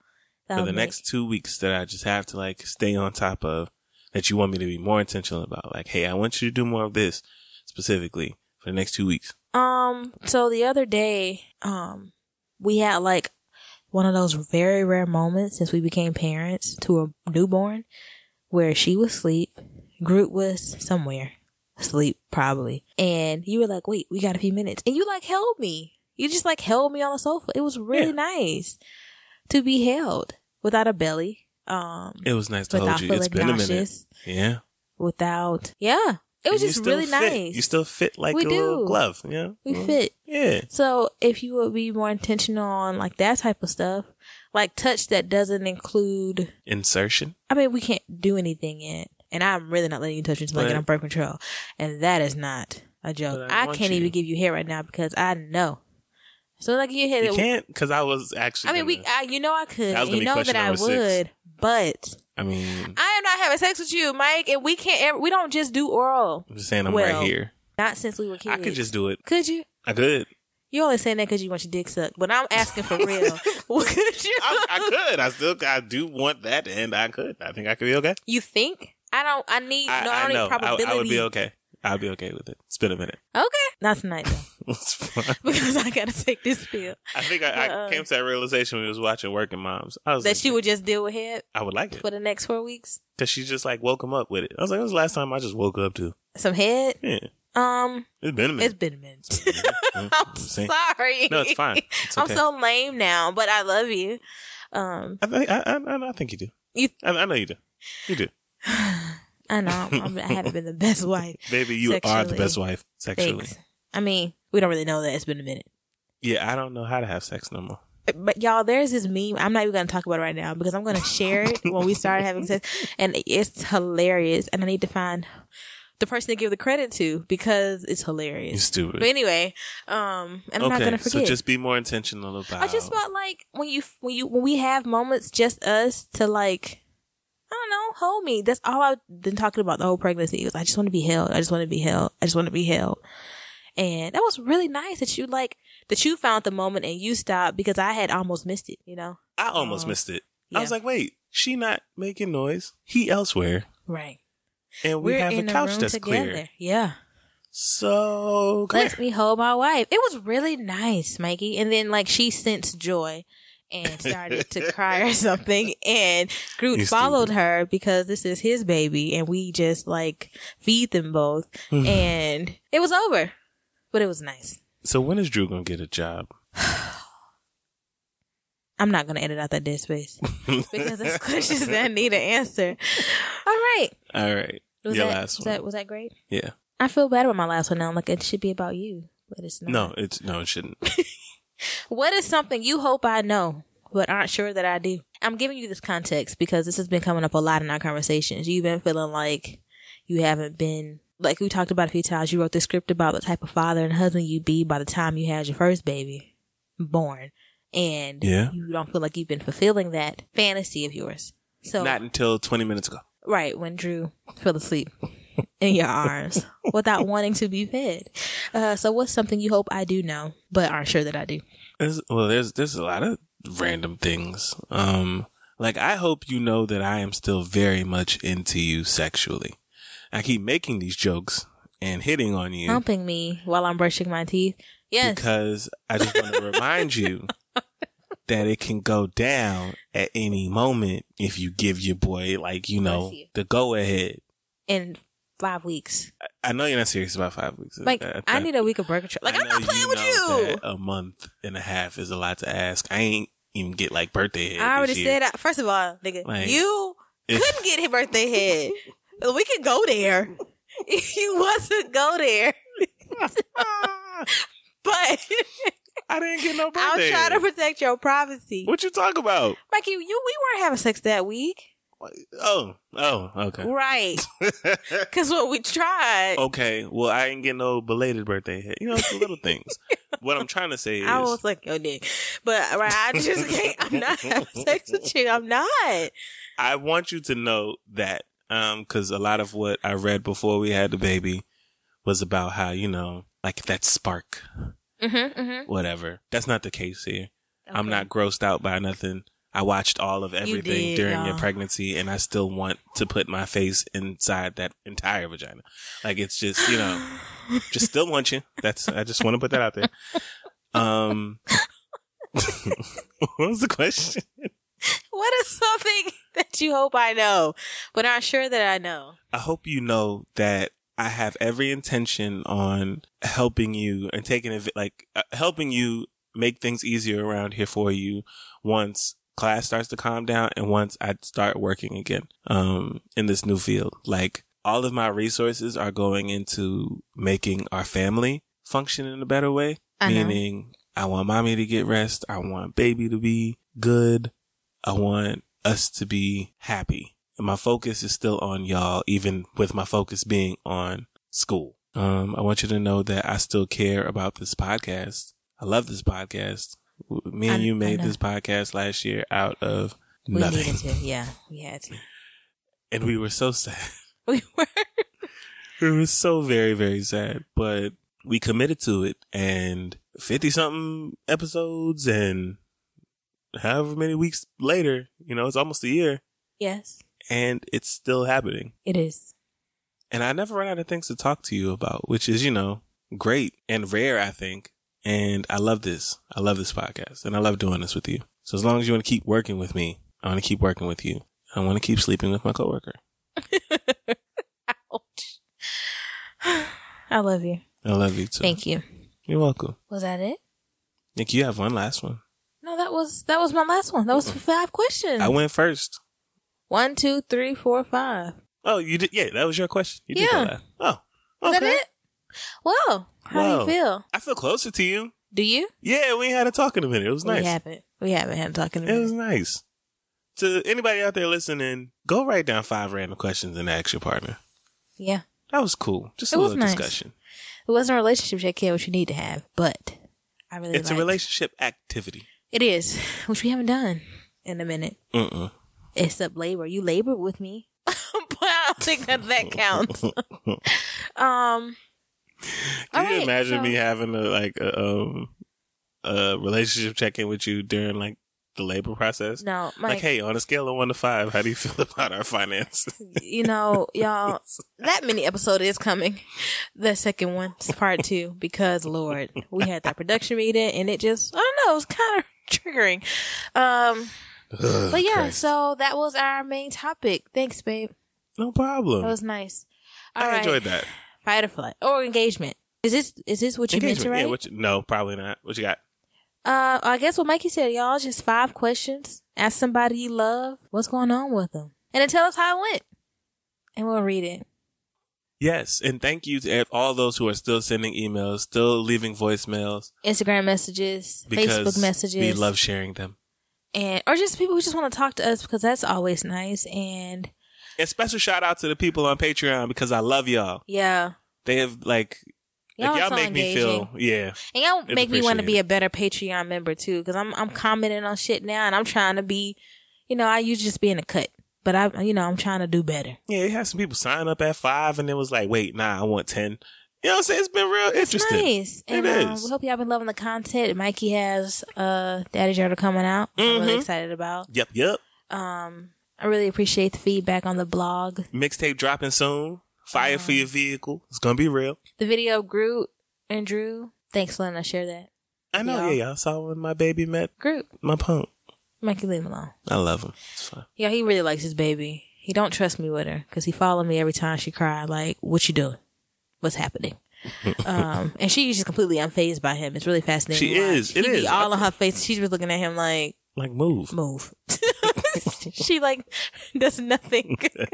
B: for
A: that'll
B: the
A: make-
B: next two weeks that I just have to like stay on top of that you want me to be more intentional about. Like, hey, I want you to do more of this specifically for the next two weeks.
A: Um, so the other day, um, we had like one of those very rare moments since we became parents to a newborn where she was asleep, Groot was somewhere asleep probably, and you were like, "Wait, we got a few minutes," and you like held me. You just like held me on the sofa. It was really
B: Yeah.
A: nice to be held without a belly. Um,
B: It was nice to
A: without
B: hold you. It's
A: feeling
B: been a minute.
A: nauseous,
B: Yeah.
A: without yeah. It was
B: And you
A: just
B: still
A: really
B: fit.
A: nice.
B: You still Mm-hmm. fit like
A: We
B: a little
A: do.
B: glove. Yeah.
A: we
B: Well,
A: fit.
B: Yeah.
A: So if you would be more intentional on like that type of stuff, like touch that doesn't include,
B: Insertion.
A: I mean, we can't do anything yet. And I'm really not letting you touch me until I
B: Right.
A: get on birth control. And that is not a joke.
B: But I
A: I,
B: want
A: can't
B: you.
A: even give you hair right now because I know. So like you hit
B: You
A: it.
B: can't because I was actually.
A: I mean, we,
B: gonna-
A: I, you know I could.
B: That
A: and
B: was gonna
A: you
B: be
A: know
B: question
A: that I
B: number
A: would,
B: six.
A: but
B: I mean,
A: I am not having sex with you, Mike. And we can't, ever, we don't just do oral.
B: I'm just saying I'm
A: Well,
B: right here.
A: Not since we were kids.
B: I could just do it.
A: Could you?
B: I could.
A: You only saying that because you want your dick sucked, but I'm asking for
B: *laughs*
A: real. *laughs* What could you?
B: I,
A: *laughs*
B: I could. I still. I do want that, and I could. I think I could be okay.
A: You think? I don't. I need.
B: I,
A: no, I,
B: I
A: don't
B: know.
A: need
B: I,
A: probability.
B: I would be okay. I'd be okay with it. It's been a minute. *laughs*
A: Okay, not tonight though,
B: It's fine.
A: *laughs* because I gotta take this pill.
B: I think I,
A: But,
B: I
A: uh,
B: came to that realization when we was watching Working Moms. I was
A: That
B: like,
A: she would just deal with head
B: I would like it
A: for the next four weeks.
B: because she just like woke him up with it. I was like, it was the last time I just woke up to.
A: Some head.
B: Yeah,
A: Um,
B: it's been a
A: it's
B: minute.
A: been a minute.
B: Mm,
A: *laughs* I'm
B: see?
A: sorry.
B: No,
A: *laughs*
B: it's fine. It's okay.
A: I'm so lame now, but I love you. Um,
B: I, think, I, I- I, I think you do.
A: You-
B: I, I know you do. You do,
A: I
B: *laughs*
A: know I'm, I'm, I haven't been the best wife.
B: baby. You are the
A: Sexually.
B: best wife sexually.
A: Thanks. I mean, we don't really know that it's been a minute.
B: Yeah, I don't know how to have sex no more.
A: But y'all, there's this meme. I'm not even gonna talk about it right now because I'm gonna share it when we started having sex,
B: *laughs*
A: and it's hilarious. And I need to find the person to give the credit to because it's
B: You
A: hilarious.
B: stupid.
A: But anyway, um, and I'm not
B: okay,
A: gonna
B: so
A: forget.
B: just be more intentional about.
A: I just felt like when you when you when we have moments just us to like, I don't know, hold me. That's all I've been talking about the whole pregnancy. It was I just want to be held. I just want to be held. I just want to be held. And that was really nice that you like that you found the moment and you stopped because I had almost missed it. You know.
B: I almost
A: Oh,
B: missed it. I
A: yeah.
B: was like, wait, she not making noise. He elsewhere,
A: Right.
B: and we
A: We're
B: have a
A: in
B: couch
A: room
B: that's
A: together.
B: clear.
A: Yeah.
B: So clear.
A: Let me hold my wife. It was really nice, Mikey. And then like she sensed joy
B: *laughs*
A: and started to cry or something. And Groot
B: You
A: followed
B: stupid.
A: her because this is his baby and we just like feed them both.
B: *sighs*
A: and it was over. But it was nice.
B: So when is Drew gonna get a job?
A: I'm not gonna edit out that dead
B: *laughs*
A: space. because there's questions that need an answer. All right.
B: All right,
A: Was
B: your
A: that,
B: last
A: was
B: one.
A: that was that great?
B: yeah.
A: I feel bad about my last one now. I'm like, it should be about you. But it's not.
B: No, it's no, it shouldn't.
A: What is something you hope I know, but aren't sure that I do? I'm giving you this context because this has been coming up a lot in our conversations. You've been feeling like you haven't been, like we talked about a few times, you wrote the script about the type of father and husband you'd be by the time you had your first baby born. And
B: Yeah.
A: you don't feel like you've been fulfilling that fantasy of yours. So,
B: Not until twenty minutes ago.
A: right, when Drew fell asleep in your arms without wanting to be fed. Uh, so, what's something you hope I do know, but aren't sure that I do?
B: There's, well, there's there's a lot of random things. Um, like I hope you know that I am still very much into you sexually. I keep making these jokes and hitting on you
A: humping me while I'm brushing my teeth. Oh, Yes.
B: because I just want
A: *laughs*
B: to remind you that it can go down at any moment if you give your boy like you know
A: Bless you.
B: the go ahead.
A: in five weeks.
B: I know you're not serious about five weeks.
A: Like I, need a week of birth control. Like
B: I
A: I'm not
B: know
A: playing with
B: know
A: you.
B: that a month and a half is a lot to ask. I ain't even get like birthday head.
A: I already
B: this year.
A: said that. First of all, nigga,
B: Like,
A: you
B: if-
A: couldn't get his birthday
B: *laughs*
A: head. we could *laughs*
B: *laughs*
A: go there. you wasn't go there. but
B: I didn't get no
A: I'm
B: birthday.
A: trying to protect your privacy.
B: What you talk about?
A: Mikey, you we weren't having sex that week,
B: Oh, oh, okay. *laughs*
A: right? Because what we tried,
B: okay, well, I didn't get no belated birthday. hit. You know, it's the little
A: *laughs*
B: things. What I'm trying to say is,
A: I was like, "Yo, dick," but right, I just can't. I'm not having sex with you. I'm
B: *laughs*
A: not.
B: I want you to know that, um, cause a lot of what I read before we had the baby was about how, you know, like that spark,
A: Mm-hmm, mm-hmm.
B: whatever. That's not the case here. I'm not grossed out by nothing. I watched all of everything
A: did,
B: during your
A: y'all.
B: pregnancy and I still want to put my face inside that entire vagina. Like it's just, you know, just still want you. That's, I just want to put that out there. Um, *laughs* what was the question?
A: What is something that you hope I know, but aren't sure that I know?
B: I hope you know that I have every intention on helping you and taking it like uh, helping you make things easier around here for you once class starts to calm down and once I start working again um in this new field like all of my resources are going into making our family function in a better way
A: I know.
B: meaning I want mommy to get rest I want baby to be good I want us to be happy. And my focus is still on y'all, even with my focus being on school. Um, I want you to know that I still care about this podcast. I love this podcast. W- Me and
A: I-
B: you
A: I
B: made
A: know.
B: this podcast last year out of
A: We
B: nothing.
A: needed to. Yeah, we had to.
B: *laughs*
A: *laughs*
B: And we were so sad.
A: We were.
B: we were so very, very sad, but we committed to it and 50 something episodes and however many weeks later, you know, it's almost a year
A: Yes,
B: and it's still happening.
A: it is.
B: and I never run out of things to talk to you about, which is, you know, great and rare, I think. And I love this. I love this podcast and I love doing this with you. So as long as you want to keep working with me, I want to keep working with you. I want to keep sleeping with my coworker.
A: Ouch. I love you.
B: I love you too.
A: Thank you.
B: You're welcome.
A: Was that it?
B: Nick, you have one last one.
A: No, that was that was my last one. That was five questions.
B: I went first.
A: One, two, three, four, five.
B: Oh, you did. Yeah, that was your question. You did
A: Yeah.
B: that. last. Oh,
A: Is
B: okay.
A: that it? Wow. How
B: Wow.
A: do you feel?
B: I feel closer to you.
A: Do you?
B: Yeah, we ain't had a talk in a minute. It was nice.
A: We haven't. We haven't had a talk in a
B: It was
A: minute.
B: nice. To anybody out there listening, go write down five random questions and ask your partner.
A: Yeah.
B: That was cool. Just
A: It
B: a
A: was
B: little
A: nice.
B: discussion.
A: It wasn't a relationship check here, which you need to have, but I really
B: It's a
A: liked-
B: relationship activity.
A: It is, which we haven't done in a minute.
B: Mm-mm.
A: Except labor. You labored with me. *laughs* but I don't think that that
B: *laughs*
A: counts. um
B: Can
A: All
B: you
A: right,
B: imagine
A: so-
B: me having a like a, um, a relationship check in with you during like the labor process?
A: no, Mike,
B: Like, hey, on a scale of one to five, how do you feel *laughs* about our finances?
A: you know, y'all, that mini episode is coming. The second one, it's part two, because Lord, we had that production meeting and it just, I don't know, it was kind of triggering. Um, but yeah, so that was our main topic. Thanks, babe.
B: no problem.
A: That was nice. All
B: I
A: right,
B: enjoyed that.
A: Fight or flight or engagement. Is this is this what you meant to
B: Engagement.
A: write?
B: Yeah, what you, no, probably not. What you got?
A: uh, I guess what Mikey said, y'all, just five questions. Ask somebody you love what's going on with them, and then tell us how it went, and we'll read it.
B: Yes, and thank you to all those who are still sending emails, still leaving voicemails
A: Instagram messages,
B: because
A: Facebook messages,
B: we love sharing them.
A: and or just people who just want to talk to us because that's always nice. And
B: And special shout out to the people on Patreon because I love y'all.
A: yeah,
B: They have like
A: y'all,
B: like,
A: are
B: y'all
A: so
B: make
A: engaging.
B: me feel yeah.
A: and y'all
B: it's
A: make me want to be a better Patreon member too because I'm I'm commenting on shit now and I'm trying to be, you know, I used to just be in a cut, but I you know I'm trying to do better.
B: Yeah, you had some people sign up at five and it was like, wait, nah, I want ten. You know what I'm saying? It's been real interesting.
A: Nice,
B: It
A: and um,
B: is.
A: we hope y'all been loving the content. Mikey has uh Daddy Gerald coming out. I'm really
B: Mhm.
A: excited about.
B: Yep, yep.
A: Um, I really appreciate the feedback on the blog.
B: Mixtape dropping soon. Fire for your vehicle. It's gonna be real.
A: The video of Groot and Drew. Thanks for letting us share that.
B: I know,
A: Yeah.
B: yeah, y'all saw when my baby met
A: Groot,
B: my punk.
A: Mikey, leave him alone.
B: I love him. It's fine.
A: Yeah, he really likes his baby. He don't trust me with her because he follow me every time she cry. Like, what you doing? What's *laughs* happening? um, and she's just completely unfazed by him. It's really fascinating.
B: She
A: to watch.
B: is. It
A: he be
B: is.
A: all on her face. She's just looking at him like,
B: Like move.
A: move. *laughs* she like does nothing. *laughs* and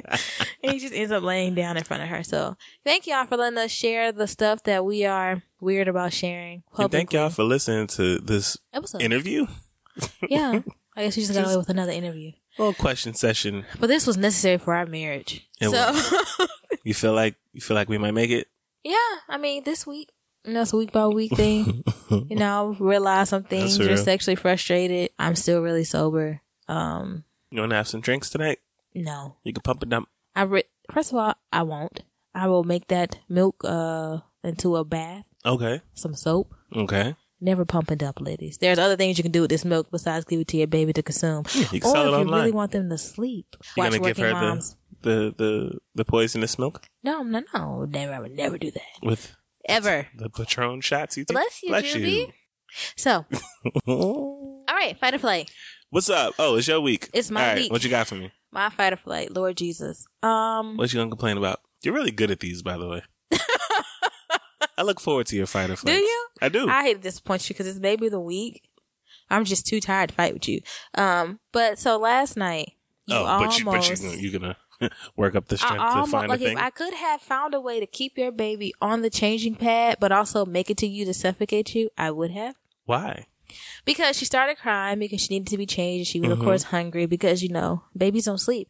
A: he just ends up laying down in front of her. So thank y'all for letting us share the stuff that we are weird about sharing.
B: And thank
A: publicly.
B: y'all for listening to this
A: Episode.
B: interview. *laughs*
A: yeah. I guess we just got away with another interview.
B: Little question session.
A: But this was necessary for our marriage.
B: It
A: so
B: You feel like you feel like we might make it?
A: *laughs* yeah, I mean this week. You know, it's a week by week
B: *laughs*
A: thing. you know, realize some things. You're
B: real.
A: sexually frustrated. I'm still really sober. Um,
B: You wanna have some drinks tonight?
A: no.
B: You can pump it up.
A: I re- first of all, I won't. I will make that milk uh into a bath,
B: Okay.
A: some soap.
B: Okay.
A: Never pump it up, ladies. There's other things you can do with this milk besides give it to your baby to consume.
B: You can
A: or
B: sell
A: if
B: it
A: you
B: online.
A: really want them to sleep,
B: You're
A: watch
B: gonna give
A: Working
B: her
A: Moms.
B: the, the the the poisonous milk
A: No, no, no. Never, I would never do that.
B: with
A: Ever.
B: the patron shots you take.
A: Bless you, Juby. So,
B: you.
A: all right, fight or flight.
B: *laughs* What's up? Oh, it's your week.
A: It's my
B: All right,
A: week.
B: What you got for me?
A: My fight or flight, Lord Jesus. Um,
B: What you gonna complain about? You're really good at these, by
A: *laughs*
B: the way. I look forward to your fight
A: do
B: or flight.
A: you?
B: I do.
A: I hate to disappoint you because it's maybe the week. I'm just too tired to fight with you. Um, but so last night, you
B: oh,
A: almost,
B: but you but you gonna- you gonna *laughs* work up the
A: I
B: strength to
A: almost
B: find
A: like
B: a
A: if
B: thing.
A: I could have found a way to keep your baby on the changing pad, but also make it to you to suffocate you, I would have.
B: Why?
A: because she started crying because she needed to be changed. She was,
B: Mm-hmm.
A: of course, hungry because you know babies don't sleep.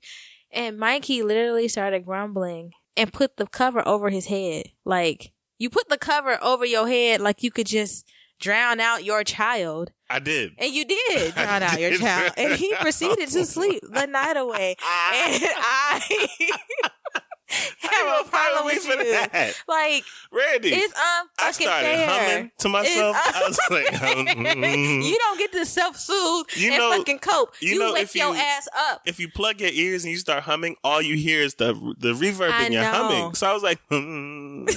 A: And Mikey literally started grumbling and put the cover over his head. Like you put the cover over your head, like you could just drown out your child.
B: I did.
A: And you did
B: *laughs* I
A: drown out your
B: did
A: child.
B: drown
A: And
B: *laughs*
A: he
B: out.
A: proceeded to sleep the night
B: *laughs*
A: away. And *laughs* I
B: I
A: have a
B: ain't gonna fight
A: problem
B: with
A: with
B: you for
A: you.
B: that.
A: Like
B: Randy.
A: it's
B: I
A: unfucking
B: started
A: fair.
B: humming to myself.
A: It's- *laughs*
B: I was like, um, mm.
A: you don't get to self soothe
B: You
A: and
B: know-
A: fucking cope.
B: you
A: You,
B: know,
A: wake
B: if you-
A: your ass up.
B: if you plug your ears and you start humming, all you hear is the the reverb
A: I
B: in your
A: know.
B: humming. So I was
A: *laughs*
B: like, mm.
A: *laughs*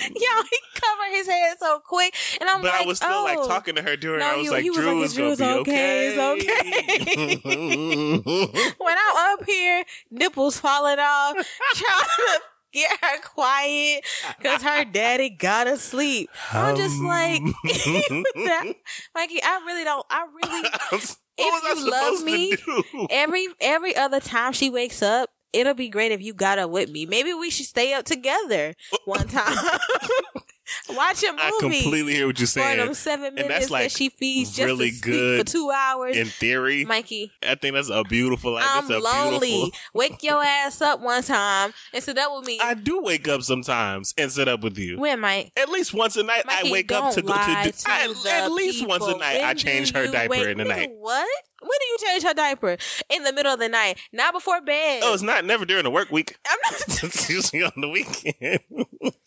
A: Yo, he covered his head so quick, and I'm
B: but
A: like,
B: I was still
A: oh.
B: like talking to her during.
A: No,
B: I was
A: you-
B: like,
A: you was
B: Drew
A: like,
B: is
A: Drew's
B: gonna be okay. *laughs*
A: okay, *laughs*
B: okay.
A: When I'm up here, nipples falling off, *laughs* trying to get her quiet because her daddy gotta sleep. I'm just
B: *laughs*
A: like, *laughs* Mikey, I really don't. I really If you love me, every every other time she wakes up, it'll be great if you got up with me. Maybe we should stay up together one
B: *laughs*
A: time. Watch a
B: I
A: movie
B: completely hear what you're
A: for
B: saying.
A: them seven
B: that's,
A: minutes
B: like,
A: that she feeds just
B: really
A: to sleep
B: good
A: for two hours.
B: In theory,
A: Mikey,
B: I think that's a beautiful. Like,
A: I'm
B: it's a
A: lonely.
B: Beautiful,
A: Wake your ass up one time and sit up with me.
B: I do wake up sometimes and sit up with you.
A: when, Mike?
B: At least once a night,
A: Mikey,
B: I wake up
A: don't
B: to go to.
A: lie
B: do-
A: to
B: I,
A: the
B: at least once a
A: people.
B: night, I
A: When
B: change
A: do
B: her
A: you
B: diaper
A: wake-
B: in the
A: Nigga,
B: night.
A: What? When do you change her diaper? In the middle of the night, not before bed.
B: Oh, it's not never during the work week. *laughs*
A: I'm not, *laughs*
B: It's usually on the weekend. *laughs*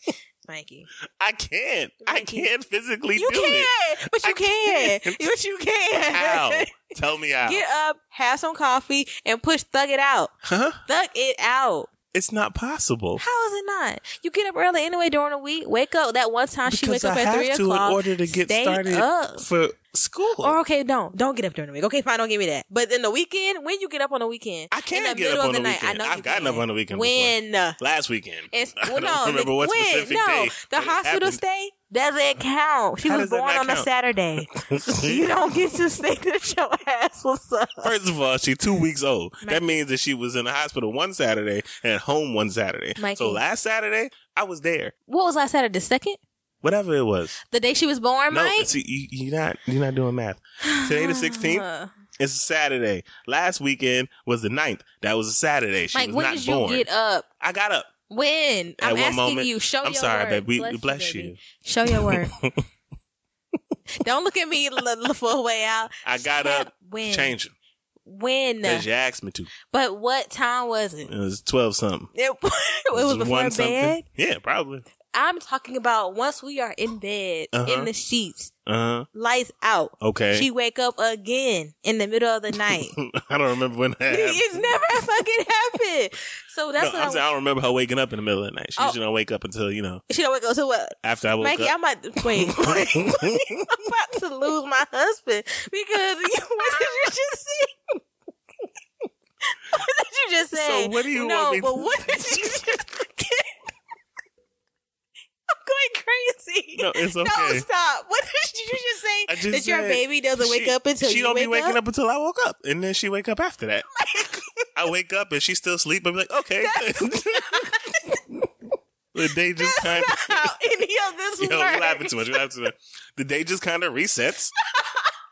A: Mikey.
B: I can't. I can't physically
A: You
B: do
A: can,
B: it.
A: but you
B: I
A: can,
B: can't.
A: but you can.
B: How? Tell me how.
A: *laughs* Get up, have some coffee, and push thug it out.
B: Huh?
A: Thug it out.
B: It's not possible.
A: How is it not? You get up early anyway during the week. Wake up that one time she wakes
B: Because
A: up
B: I
A: at
B: have
A: three
B: to
A: o'clock.
B: in order to get
A: Stay
B: started
A: up.
B: for school.
A: Or okay, don't don't get up during the week. Okay, fine, don't give me that. But then the weekend, when you get up on the weekend,
B: I can
A: in the
B: get
A: middle
B: up
A: of
B: on
A: the
B: the
A: night.
B: weekend.
A: I know
B: I've
A: you
B: gotten
A: can.
B: up on the weekend
A: When
B: Last weekend.
A: it's
B: *laughs* I
A: well,
B: don't
A: no,
B: remember what
A: when,
B: specific
A: no,
B: day.
A: the
B: but it
A: hospital
B: happened.
A: stay doesn't count. She
B: How
A: was
B: does that
A: born
B: not
A: on a
B: count? *laughs*
A: Saturday. *laughs* you don't get to *laughs* say that your ass was up.
B: First of all, she two weeks old. That means that she was in the hospital one Saturday and at home one Saturday.
A: Mikey.
B: So last Saturday, I was there.
A: What was last Saturday? The second?
B: Whatever it was.
A: The day she was born,
B: No,
A: Mike?
B: see, you, you're not you're not doing math. Today
A: *sighs*
B: the sixteenth
A: Uh,
B: is Saturday. Last weekend was the 9th. That was a Saturday. She
A: Mike,
B: was
A: when
B: not
A: did you
B: born.
A: get up?
B: I got up.
A: When?
B: At
A: I'm
B: one
A: asking
B: moment-
A: you. Show
B: I'm
A: your
B: sorry,
A: word.
B: baby. Bless
A: baby.
B: you.
A: Show your
B: *laughs*
A: word. *laughs* Don't look at me l- l- for a way out.
B: I got
A: Stop.
B: up.
A: When?
B: Changing.
A: When?
B: Because you asked me to.
A: But what time was it?
B: It was 12 something.
A: It, it *laughs* was before bed.
B: something. Yeah, probably.
A: I'm talking about once we are in bed,
B: Uh-huh.
A: in the sheets,
B: Uh huh.
A: lights out.
B: Okay.
A: She wake up again in the middle of the night.
B: *laughs* I don't remember when
A: *laughs*
B: that happened.
A: it's never fucking happened. So that's
B: no,
A: what
B: I'm
A: I'm
B: saying I don't remember her waking up in the middle of the night. She
A: Oh.
B: usually don't wake up until, you know,
A: She don't wake up to what?
B: after I woke
A: Mikey,
B: *laughs* up.
A: I'm about to, wait. I'm about to lose my husband because *laughs* what did you just say? *laughs* what did you just say?
B: what do you
A: no,
B: want me
A: but
B: to-
A: what did you
B: *laughs*
A: just? I'm going crazy.
B: No, it's
A: *laughs*
B: okay.
A: stop. What did you just say?
B: I just
A: that your
B: said
A: baby doesn't wake
B: she-
A: up until
B: she
A: you
B: don't
A: wake
B: be waking
A: up?
B: up? until I woke up, and then she wake up
A: *laughs*
B: after that. *laughs* I wake up and she's still asleep. I'm like, okay. *laughs* the day
A: *laughs*
B: just kind of
A: How any of this
B: *laughs* yo,
A: works?
B: we're laughing too much. We're laughing too much. The day just kind of resets.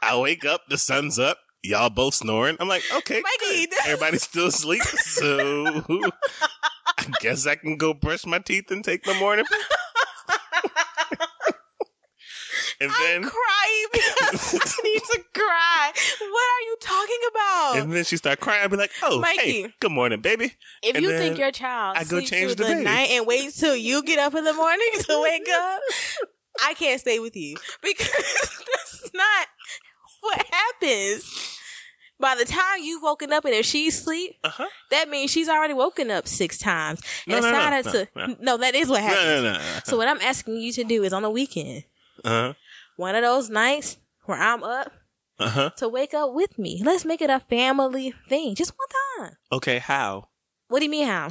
B: I wake up, the sun's up. Y'all both snoring. I'm like, okay,
A: Mikey,
B: good.
A: that's-
B: everybody's still asleep, so *laughs* I guess I can go brush my teeth and take my morning.
A: *laughs*
B: pill. and
A: I'm
B: then
A: crying
B: *laughs*
A: because I need to cry. What are you talking about?
B: And then she start crying. I'd be like, "Oh,
A: Mikey.
B: hey, good morning, baby."
A: If
B: And
A: you
B: then
A: think your child
B: I go
A: sleeps
B: change
A: through
B: the
A: the,
B: baby.
A: night and waits till you get up in the morning to wake up, I can't stay with you because *laughs* that's not what happens. By the time you've woken up and if she's asleep,
B: Uh huh.
A: that means she's already woken up six times.
B: No,
A: And
B: no,
A: it's
B: no,
A: not a
B: no,
A: no, that is what
B: No,
A: happens.
B: no, Uh-huh. no. Uh
A: So what I'm asking you to do is on the weekend,
B: huh.
A: one of those nights where I'm up
B: Uh huh.
A: to wake up with me. Let's make it a family thing. Just one time.
B: Okay. How?
A: What do you mean how?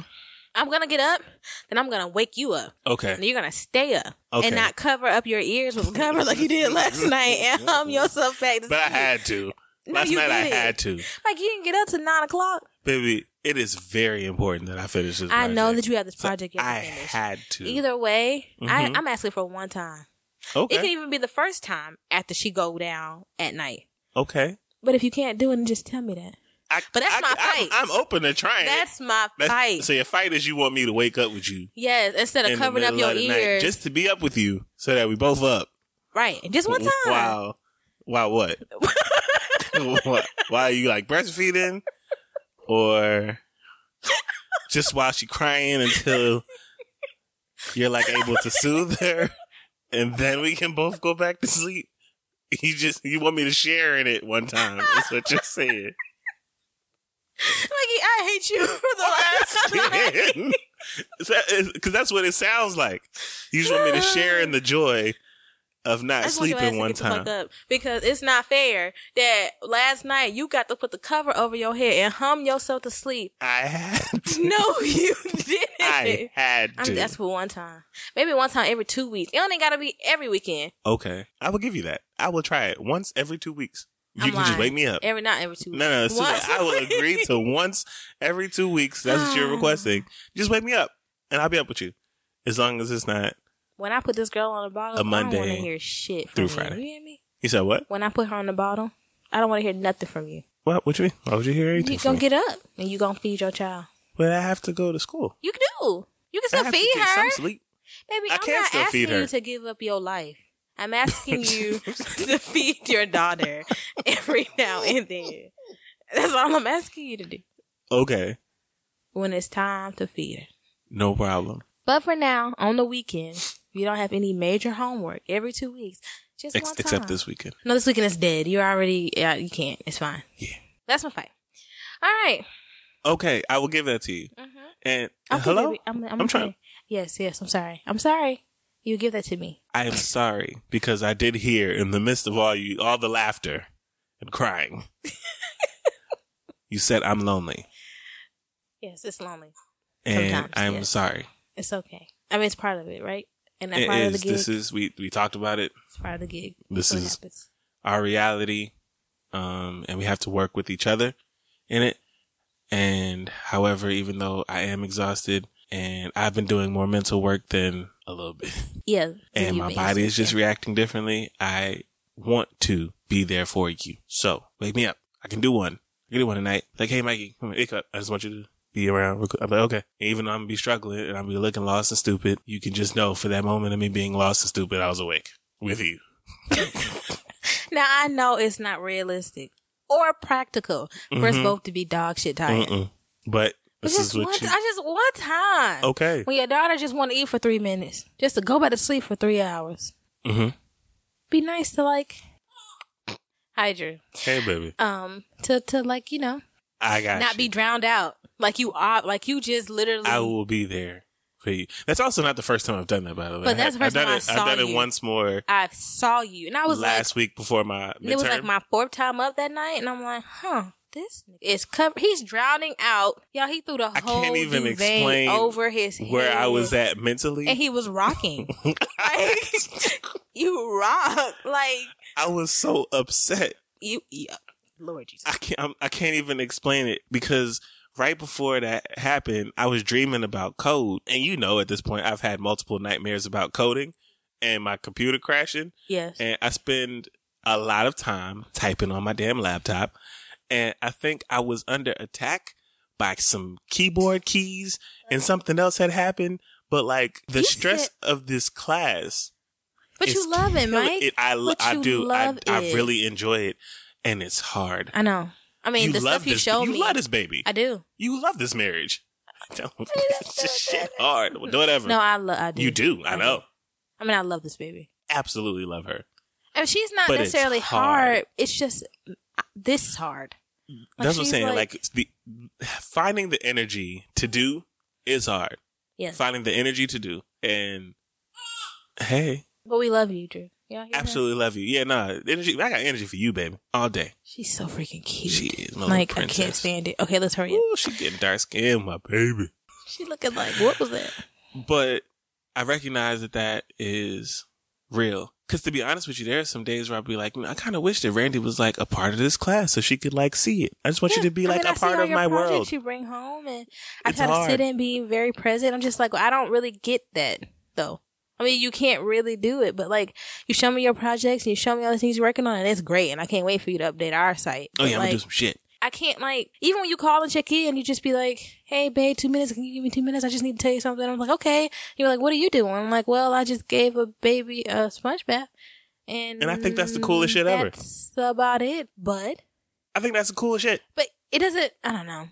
A: I'm gonna get up, then I'm gonna wake you up. And
B: Okay.
A: you're gonna stay up
B: Okay.
A: and not cover up your ears with *laughs* a cover like you did
B: *laughs*
A: last night and hum yourself back. To
B: But I
A: sleep.
B: had to.
A: No,
B: Last
A: you
B: night I
A: didn't.
B: had to.
A: like you didn't get up till nine o'clock.
B: Baby, it is very important that I finish this.
A: I know that
B: project.
A: you have this project you
B: I
A: have to finish.
B: had to.
A: Either way, I,
B: Mhm.
A: I'm asking for one time.
B: Okay.
A: It can even be the first time after she go down at night.
B: okay.
A: But if you can't do it, then just tell me that.
B: I,
A: But that's
B: I,
A: my
B: I'm-
A: fight.
B: I'm, open to trying. it.
A: That's my
B: That's-
A: fight.
B: So your fight is you want me to wake up with you
A: yes, instead
B: in
A: of
B: the
A: covering up
B: middle
A: your
B: of the night
A: ears.
B: just to be up with you so that we both up.
A: right. Just one time. *laughs*
B: Wow. Wow, what? *laughs* what? Why are you like breastfeeding? Or just while she crying until you're like able to soothe her and then we can both go back to sleep? You just you want me to share in it one time. That's what you're
A: *laughs*
B: saying.
A: Mikey, I hate you *laughs* for the
B: *laughs*
A: last time.
B: Because that's what it sounds like. You just want me to share in the joy of
A: I
B: not
A: just want your ass
B: sleeping
A: to
B: one
A: get the fuck
B: time.
A: up because it's not fair that last night you got to put the cover over your head and hum yourself to sleep. *laughs*
B: I had to.
A: No,
B: *laughs*
A: you didn't.
B: I had
A: I'm
B: to.
A: that's for one time. Maybe one time every two weeks. It only gotta be every weekend.
B: okay, I will give you that. I will try it once every two weeks. You
A: I'm
B: can just
A: lying.
B: wake me up.
A: Every not every two weeks.
B: no, no, it's too
A: Once
B: much. I will
A: a week. *laughs* Oh.
B: agree to once every two weeks. That's what you're requesting. Just wake me up, and I'll be up with you, as long as it's not.
A: When I put this girl on the bottle,
B: A
A: I don't want
B: Monday
A: to hear shit from
B: through
A: you.
B: Friday.
A: You hear me?
B: You said what?
A: When I put her on the bottle, I don't want to hear nothing from you.
B: What? What you mean? Why would you hear anything?
A: You gonna
B: from me?
A: get up and you gonna feed your child.
B: but I have to go to school.
A: You can do. You can
B: I
A: still
B: have
A: feed
B: to get
A: her.
B: Some sleep.
A: Baby,
B: I
A: I am
B: can
A: not
B: still
A: asking
B: feed her.
A: you to give up your life. I'm
B: *laughs*
A: asking you to feed your daughter *laughs* every now and then. That's all I'm asking you to do
B: Okay,
A: when it's time to feed her.
B: no problem.
A: But for now, on the weekend, if you don't have any major homework every two weeks, just
B: Ex-
A: one time.
B: except this weekend.
A: No, this weekend is dead. You're already, yeah, you can't. It's fine.
B: Yeah.
A: That's my fight. All right.
B: Okay, I will give that to you.
A: Mm-hmm.
B: And
A: Okay,
B: Uh, hello,
A: baby. I'm, I'm,
B: I'm trying-
A: okay. Yes, yes. I'm sorry. I'm sorry. You give that to me.
B: I am sorry because I did hear in the midst of all you all the laughter and
A: *laughs*
B: crying. you said I'm lonely.
A: Yes, it's lonely.
B: And
A: Sometimes,
B: I'm
A: yes.
B: sorry.
A: It's okay. I mean, it's part of it, right? And that's
B: It
A: part of the
B: is.
A: gig.
B: This is we we talked about it.
A: it's part of the gig.
B: This
A: That's
B: is-
A: happens.
B: Our reality. Um and we have to work with each other in it. And however, even though I am exhausted and I've been doing more mental work than a little bit.
A: yeah.
B: and my body is just reacting differently, I want to be there for you. So wake me up. I can do one. I can do one tonight. Like, hey, Mikey, come here, wake up. I just want you to be around. real quick. I'm like, okay. And even though I'm gonna be struggling and I'm gonna be looking lost and stupid, you can just know for that moment of me being lost and stupid, I was awake with you.
A: *laughs* now I know it's not realistic or practical for us
B: Mhm.
A: both to be dog shit tired.
B: Mm-mm.
A: Oh,
B: But
A: But
B: Mm-hmm. this
A: just
B: is
A: one,
B: what you.
A: I just one time.
B: Okay.
A: When your daughter just want to eat for three minutes, just to go back to sleep for three hours.
B: hmm
A: Be nice to like Hydra.
B: Hey, baby.
A: Um, to to like you know
B: I got
A: not
B: you.
A: be drowned out like you are like you just literally.
B: I will be there for you. That's also not the first time I've done that, by the way.
A: But that's the first
B: I've done
A: time I
B: it,
A: saw
B: have done
A: you.
B: it once more
A: I saw you and I was like,
B: last week before my midterm.
A: And it was like my fourth time up that night, and I'm like, huh. This nigga is cover. He's drowning out. Y'all, he threw the
B: I
A: whole
B: can't even
A: duvet
B: explain
A: over his head.
B: Where I was at
A: And
B: mentally,
A: he was rocking.
B: *laughs*
A: like, *laughs* you rock. Like,
B: I was so upset.
A: you. Yeah. Lord Jesus.
B: I can't. I'm- I can't even explain it because right before that happened, I was dreaming about code, and you know, at this point, I've had multiple nightmares about coding and my computer crashing,
A: yes.
B: and I spend a lot of time typing on my damn laptop, and I think I was under attack by some keyboard keys, and something else had happened. But like the
A: You
B: stress
A: said-
B: of this class,
A: but
B: is
A: you love it,
B: killing-
A: Mike.
B: it- I l-
A: But
B: I
A: you
B: do. I,
A: love
B: I
A: it.
B: really enjoy it, and it's hard.
A: I know. I mean, the stuff you
B: this,
A: showed
B: you
A: me.
B: love this baby.
A: I do.
B: you love this marriage. *laughs* Don't- it's just shit hard. Do whatever.
A: No, I love. I do.
B: Mm. you do. I know.
A: I mean, I love this baby.
B: Absolutely love her.
A: And she's not
B: But it's
A: necessarily hard.
B: hard.
A: It's just uh, this is hard. Like,
B: That's what I'm
A: she's
B: saying.
A: like-
B: Like, it's the finding the energy to do is hard.
A: Yes.
B: Finding the energy to do and hey,
A: But we love you, Drew. Yeah. you know?
B: absolutely love you. Yeah, nah, energy. I got energy for you, baby, all day.
A: She's so freaking cute.
B: She is my little
A: like
B: princess.
A: I can't stand it. Okay, let's hurry up.
B: Ooh, she getting dark skinned, my baby.
A: She looking like what was that?
B: but I recognize that that is real. Because to be honest with you, there are some days where I'll be like, "Man, I kind of wish that Randy was like a part of this class so she could like see it. I just want you to be like
A: a
B: a part of my world.
A: You bring home and I
B: It's
A: try to sit
B: hard.
A: and be very present. I'm just like well, I don't really get that though. I mean, you can't really do it, but like you show me your projects and you show me all the things you're working on, and it's great. And I can't wait for you to update our site.
B: oh
A: But,
B: yeah, I'm gonna do
A: like,
B: some shit.
A: I can't like even when you call and check in, you just be like, "Hey, babe, two minutes. Can you give me two minutes? I just need to tell you something." I'm like, "Okay." You're like, "What are you doing?" I'm like, "Well, I just gave a baby a sponge bath." And,
B: And I think that's the coolest shit ever.
A: That's about it, but
B: I think that's the coolest shit.
A: but it doesn't. I don't know.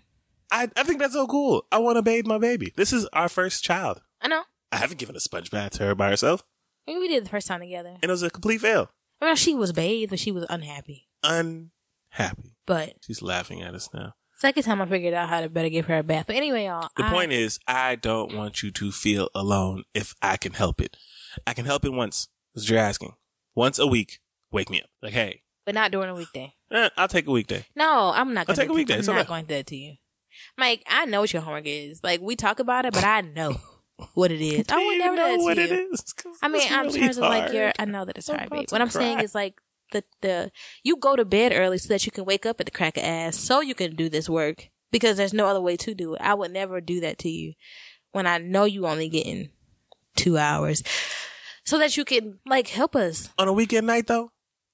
B: I, I think that's so cool. I want to bathe my baby. This is our first child.
A: I know.
B: I haven't given a sponge bath to her by herself,
A: I mean, we did it the first time together.
B: and it was a complete fail.
A: I mean, she was bathed, but she was unhappy.
B: Unhappy.
A: But
B: She's laughing at us now.
A: second time, I figured out how to better give her a bath. But anyway, y'all.
B: The
A: I-
B: point is, I don't want you to feel alone if I can help it. I can help it once. That's what you're asking. Once a week, wake me up. Like, hey,
A: but not during a weekday.
B: eh, I'll take a weekday.
A: No, I'm not going
B: I'll take a weekday.
A: I'm
B: It's
A: not
B: okay.
A: going to do that to you. Mike, I know what your homework is. Like we talk about it, but I know what it is.
B: *laughs*
A: I would
B: You
A: never do
B: know
A: that to
B: what
A: you.
B: it is. 'cause
A: I mean,
B: it's
A: I'm
B: really
A: terms of like your
B: hard.
A: I know that it's
B: I'm
A: hard,
B: about
A: babe.
B: to
A: What I'm
B: cry.
A: saying is like the the you go to bed early so that you can wake up at the crack of ass so you can do this work because there's no other way to do it. I would never do that to you when I know you only getting two hours. So that you can like help us.
B: on a weekend night though.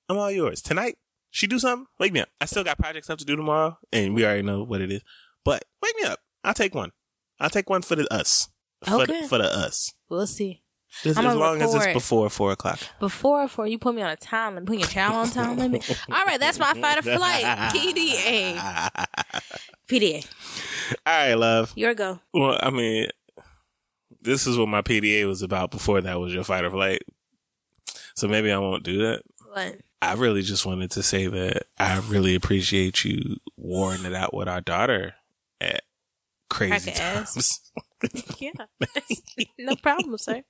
B: I'm all yours. Tonight, she do something. Wake me up. I still got project stuff to do tomorrow, and we already know what it is. But wake me up. I'll take one. I'll take one for the us. For
A: Okay.
B: the, for the us.
A: We'll see.
B: Just,
A: I'ma
B: as long as
A: record.
B: it's before four o'clock.
A: Before before you put me on a time limit, put your child on time limit.
B: *laughs*
A: All right, that's my fight or flight. PDA. PDA.
B: All right, love.
A: Your go.
B: Well, I mean, this is what my PDA was about before that was your fight or flight. So maybe I won't do that.
A: What?
B: I really just wanted to say that I really appreciate you warring it out with our daughter at crazy
A: Crack a ass.
B: times.
A: Yeah. *laughs* no problem, sir.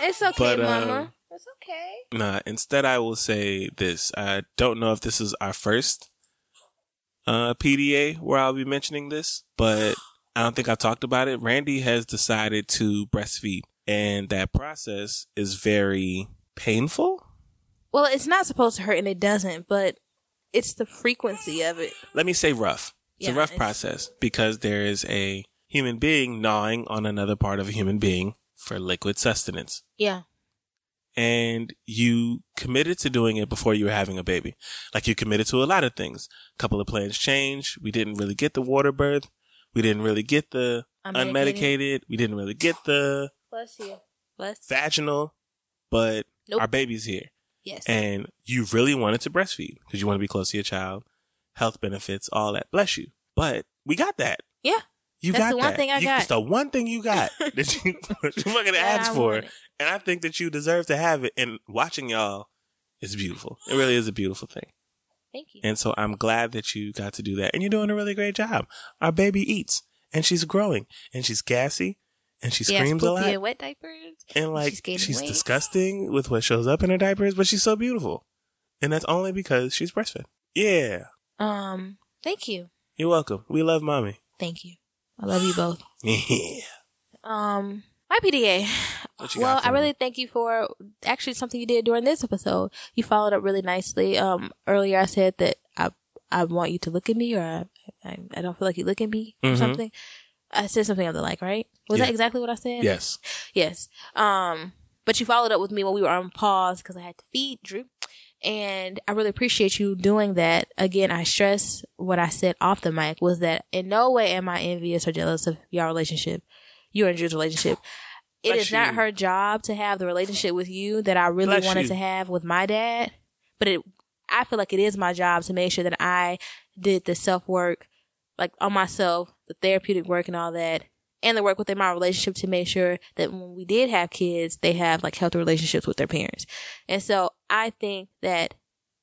A: It's okay,
B: But, uh,
A: mama. It's okay.
B: Nah, instead I will say this. I don't know if this is our first uh PDA where I'll be mentioning this, but I don't think I've talked about it. Randy has decided to breastfeed and that process is very painful.
A: Well, it's not supposed to hurt and it doesn't, but it's the frequency of it.
B: Let me say rough. It's
A: Yeah,
B: a rough
A: it's-
B: process because there is a human being gnawing on another part of a human being for liquid sustenance.
A: Yeah.
B: and you committed to doing it before you were having a baby. Like you committed to a lot of things. A couple of plans changed. We didn't really get the water birth. We didn't really get the unmedicated. We didn't really get the
A: Bless you. Bless.
B: vaginal, but
A: Nope.
B: our baby's here.
A: Yes.
B: And you really wanted to breastfeed because you want to be close to your child, health benefits, all that. Bless you. But we got that.
A: Yeah.
B: You
A: That's
B: got
A: the one
B: that.
A: thing I
B: You-
A: got.
B: It's the one thing
A: *laughs*
B: you got that you, *laughs* that you fucking
A: Yeah,
B: asked
A: I
B: for.
A: want it.
B: And I think that you deserve to have it. And watching y'all is beautiful. It really is a beautiful thing.
A: Thank you.
B: And so I'm glad that you got to do that. And you're doing a really great job. Our baby eats and she's growing and she's gassy and she
A: Yes,
B: screams a
A: poopy
B: lot.
A: and wet diapers.
B: And like
A: she's gaining
B: she's,
A: weight.
B: disgusting with what shows up in her diapers, but she's so beautiful. And that's only because she's breastfed. Yeah.
A: Um, Thank you.
B: You're welcome. We love mommy. *laughs*
A: Thank you. I love you both.
B: Yeah.
A: Um, my PDA.
B: What you got
A: Well,
B: for
A: I
B: me?
A: really thank you for actually something you did during this episode. You followed up really nicely. Um, earlier I said that I I want you to look at me, or I I, I don't feel like you look at me or
B: Mhm.
A: something. I said something of the like, right? Was
B: Yeah.
A: that exactly what I said?
B: Yes.
A: Yes. Um, but you followed up with me when we were on pause because I had to feed Drew. And I really appreciate you doing that. Again, I stress what I said off the mic was that in no way am I envious or jealous of your relationship, you and Drew's relationship. It
B: Bless
A: is not
B: you.
A: her job to have the relationship with you that I really
B: Bless
A: wanted
B: you.
A: to have with my dad. But it, I feel like it is my job to make sure that I did the self work, like on myself, the therapeutic work and all that, and the work within my relationship to make sure that when we did have kids, they have like healthy relationships with their parents. And so I think that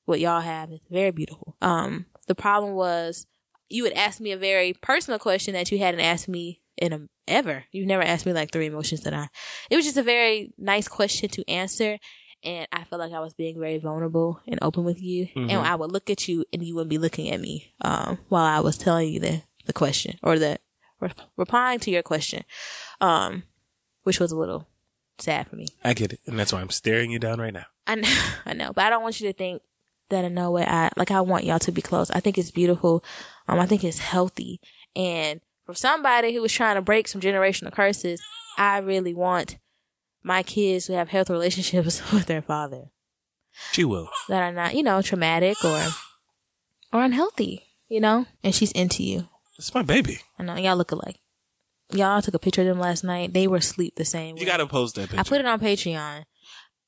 A: what y'all have is very beautiful. Um, the problem was you would ask me a very personal question that you hadn't asked me in a, ever. You've never asked me like three emotions that I. It was just a very nice question to answer. And I felt like I was being very vulnerable and open with you.
B: Mhm.
A: And I would look at you and you wouldn't be looking at me um, while I was telling you the, the question or the re- replying to your question, um, which was a little sad for me.
B: I get it. And that's why I'm staring you down right now.
A: I know, *laughs* I know, but I don't want you to think that in no way I like. I want y'all to be close. I think it's beautiful. Um, I think it's healthy. And for somebody who was trying to break some generational curses, I really want my kids to have healthy relationships *laughs* with their father
B: She will.
A: that are not, you know, traumatic or or unhealthy. You know, and she's into you.
B: It's my baby.
A: I know y'all look alike. Y'all took a picture of them last night. They were asleep the same. Way.
B: You gotta post that picture.
A: I put it on Patreon.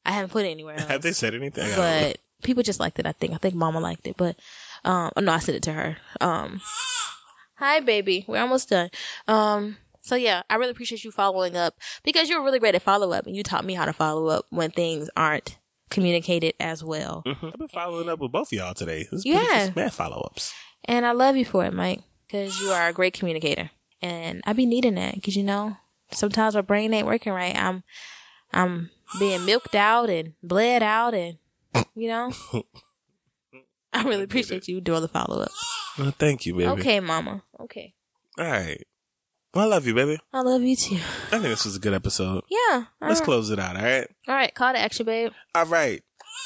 A: I haven't put it anywhere else
B: Have they said anything? I gotta look.
A: but people just liked it. I think. I think Mama liked it, but um, oh, no, I sent it to her. Um, hi, baby. We're almost done. Um, so yeah, I really appreciate you following up because you're really great at follow up, and you taught me how to follow up when things aren't communicated as well.
B: Mhm. I've been following up with both of y'all today. This is
A: Mm-hmm. Yeah.
B: pretty- mad follow ups.
A: And I love you for it, Mike, because you are a great communicator, and I be needing that because you know sometimes my brain ain't working right. I'm I'm being milked out and bled out, and you
B: *laughs*
A: know. I really appreciate you doing the follow up.
B: Well, Uh, thank you, baby.
A: Okay, mama. Okay.
B: All right. Well, I love you, baby.
A: I love you too.
B: I think this was a good episode.
A: Yeah. All
B: Let's
A: right.
B: close it out, all right?
A: All right. Call to action, babe.
B: All right.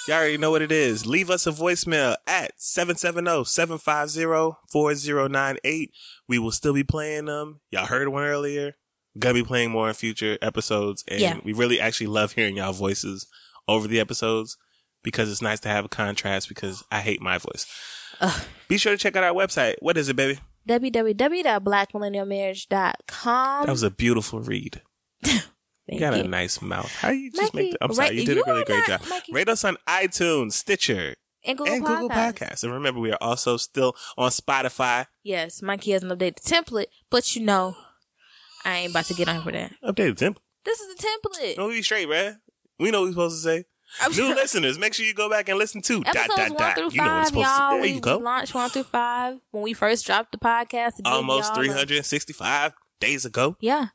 B: Y'all already know what it is. Leave us a voicemail at oh, 770-750-4098. We will still be playing them. Y'all heard one earlier. Gonna be playing more in future episodes. And
A: Yeah.
B: we really actually love hearing y'all voices over the episodes because it's nice to have a contrast because I hate my voice.
A: Ugh.
B: Be sure to check out our website. What is it, baby?
A: www.blackmillennialmarriage.com.
B: That was a beautiful read. You
A: Um, Thank
B: got a
A: you.
B: nice mouth. How you just
A: Mikey,
B: make? The, I'm sorry,
A: right-
B: you did
A: you
B: a really
A: are
B: great
A: not-
B: job.
A: Mikey.
B: Rate us on iTunes, Stitcher,
A: And Google,
B: and
A: Podcasts.
B: Google Podcasts. And remember, we are also still on Spotify.
A: Yes, Mikey hasn't updated the template, but you know, I ain't about to get on for that.
B: Updated temp.
A: This is the template.
B: No, we straight, man. We know what we supposed to say.
A: I'm *laughs*
B: New listeners, make sure you go back and listen to
A: Episodes
B: dot dot
A: one
B: dot.
A: through
B: you know what it's
A: 5
B: supposed
A: y'all.
B: to. There
A: we,
B: you go.
A: we launched one through five when we first dropped the podcast. it gave
B: Almost
A: y'all a-
B: 365 days ago.
A: Yeah.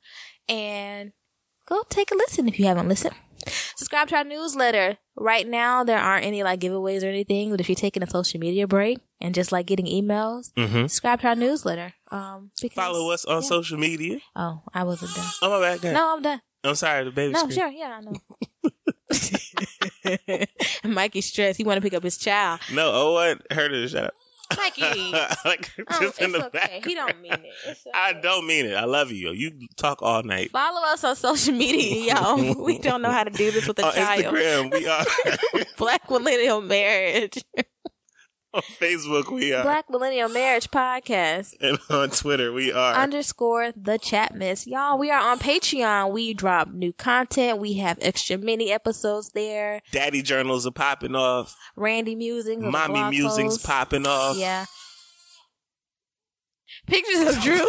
A: And go take a listen if you haven't listened. Subscribe to our newsletter. Right now, there aren't any like giveaways or anything, but if you're taking a social media break and just like getting emails,
B: Mm-hmm.
A: subscribe to our newsletter. Um, because,
B: Follow us on
A: yeah.
B: social media.
A: Oh, I wasn't done.
B: Oh my bad.
A: No, I'm done.
B: I'm sorry, the baby.
A: No,
B: screamed.
A: sure. Yeah, I know. *laughs* Mikey stressed. He want to pick up his child.
B: No, oh what? Heard it. Shut up. *laughs*
A: Mikey. Oh,
B: like
A: it's
B: *laughs* just in the
A: okay.
B: back.
A: He don't mean it. It's
B: *laughs* I
A: okay.
B: don't mean it. I love you. You talk all night.
A: Follow us on social
B: *laughs*
A: media, y'all. we don't know how to do this with a
B: on
A: child.
B: Instagram, we are.
A: *laughs*
B: *laughs*
A: Black Millennial Marriage.
B: on Facebook, we are.
A: Black Millennial Marriage Podcast.
B: and on Twitter, we are.
A: Underscore the chat miss. Y'all, we are on Patreon. We drop new content. We have extra mini episodes there.
B: Daddy journals are popping off.
A: Randy Musings. of
B: Mommy
A: blog
B: musings
A: posts.
B: popping off.
A: Yeah. Pictures *laughs* of
B: *laughs*
A: Drew.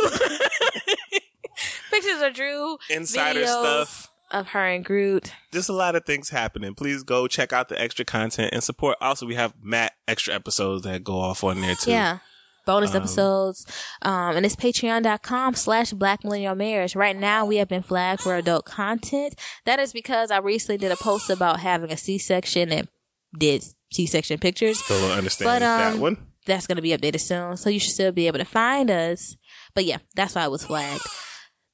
A: Pictures of Drew.
B: Insider
A: videos
B: stuff.
A: Of her and Groot.
B: Just a lot of things happening. Please go check out the extra content and support. Also, we have Matt extra episodes that go off on there too.
A: Yeah. Bonus
B: Um,
A: episodes. Um, and it's patreon.com slash black millennial marriage. Right now, we have been flagged for adult content. That is because I recently did a post about having a C section and did C section pictures.
B: So we'll understand
A: But,
B: that
A: um,
B: one.
A: that's going to be updated soon. So you should still be able to find us. But yeah, that's why I was flagged.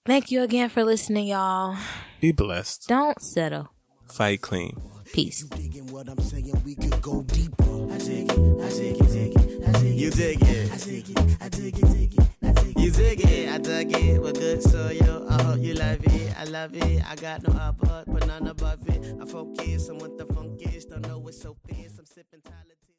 A: Thank you again for listening, y'all.
B: Be blessed.
A: Don't settle.
B: Fight clean.
A: Peace.
D: digging what I'm saying, we could go deeper. I dig it, I dig it, dig it, I dig it. You dig it. I dig it, I dig it, dig it, I dig it. You dig it, I dug it with good soil. I hope you love it, I love it. I got no upper, but none above it. I focus on what the funk is, don't know it's so fierce. I'm sipping talented.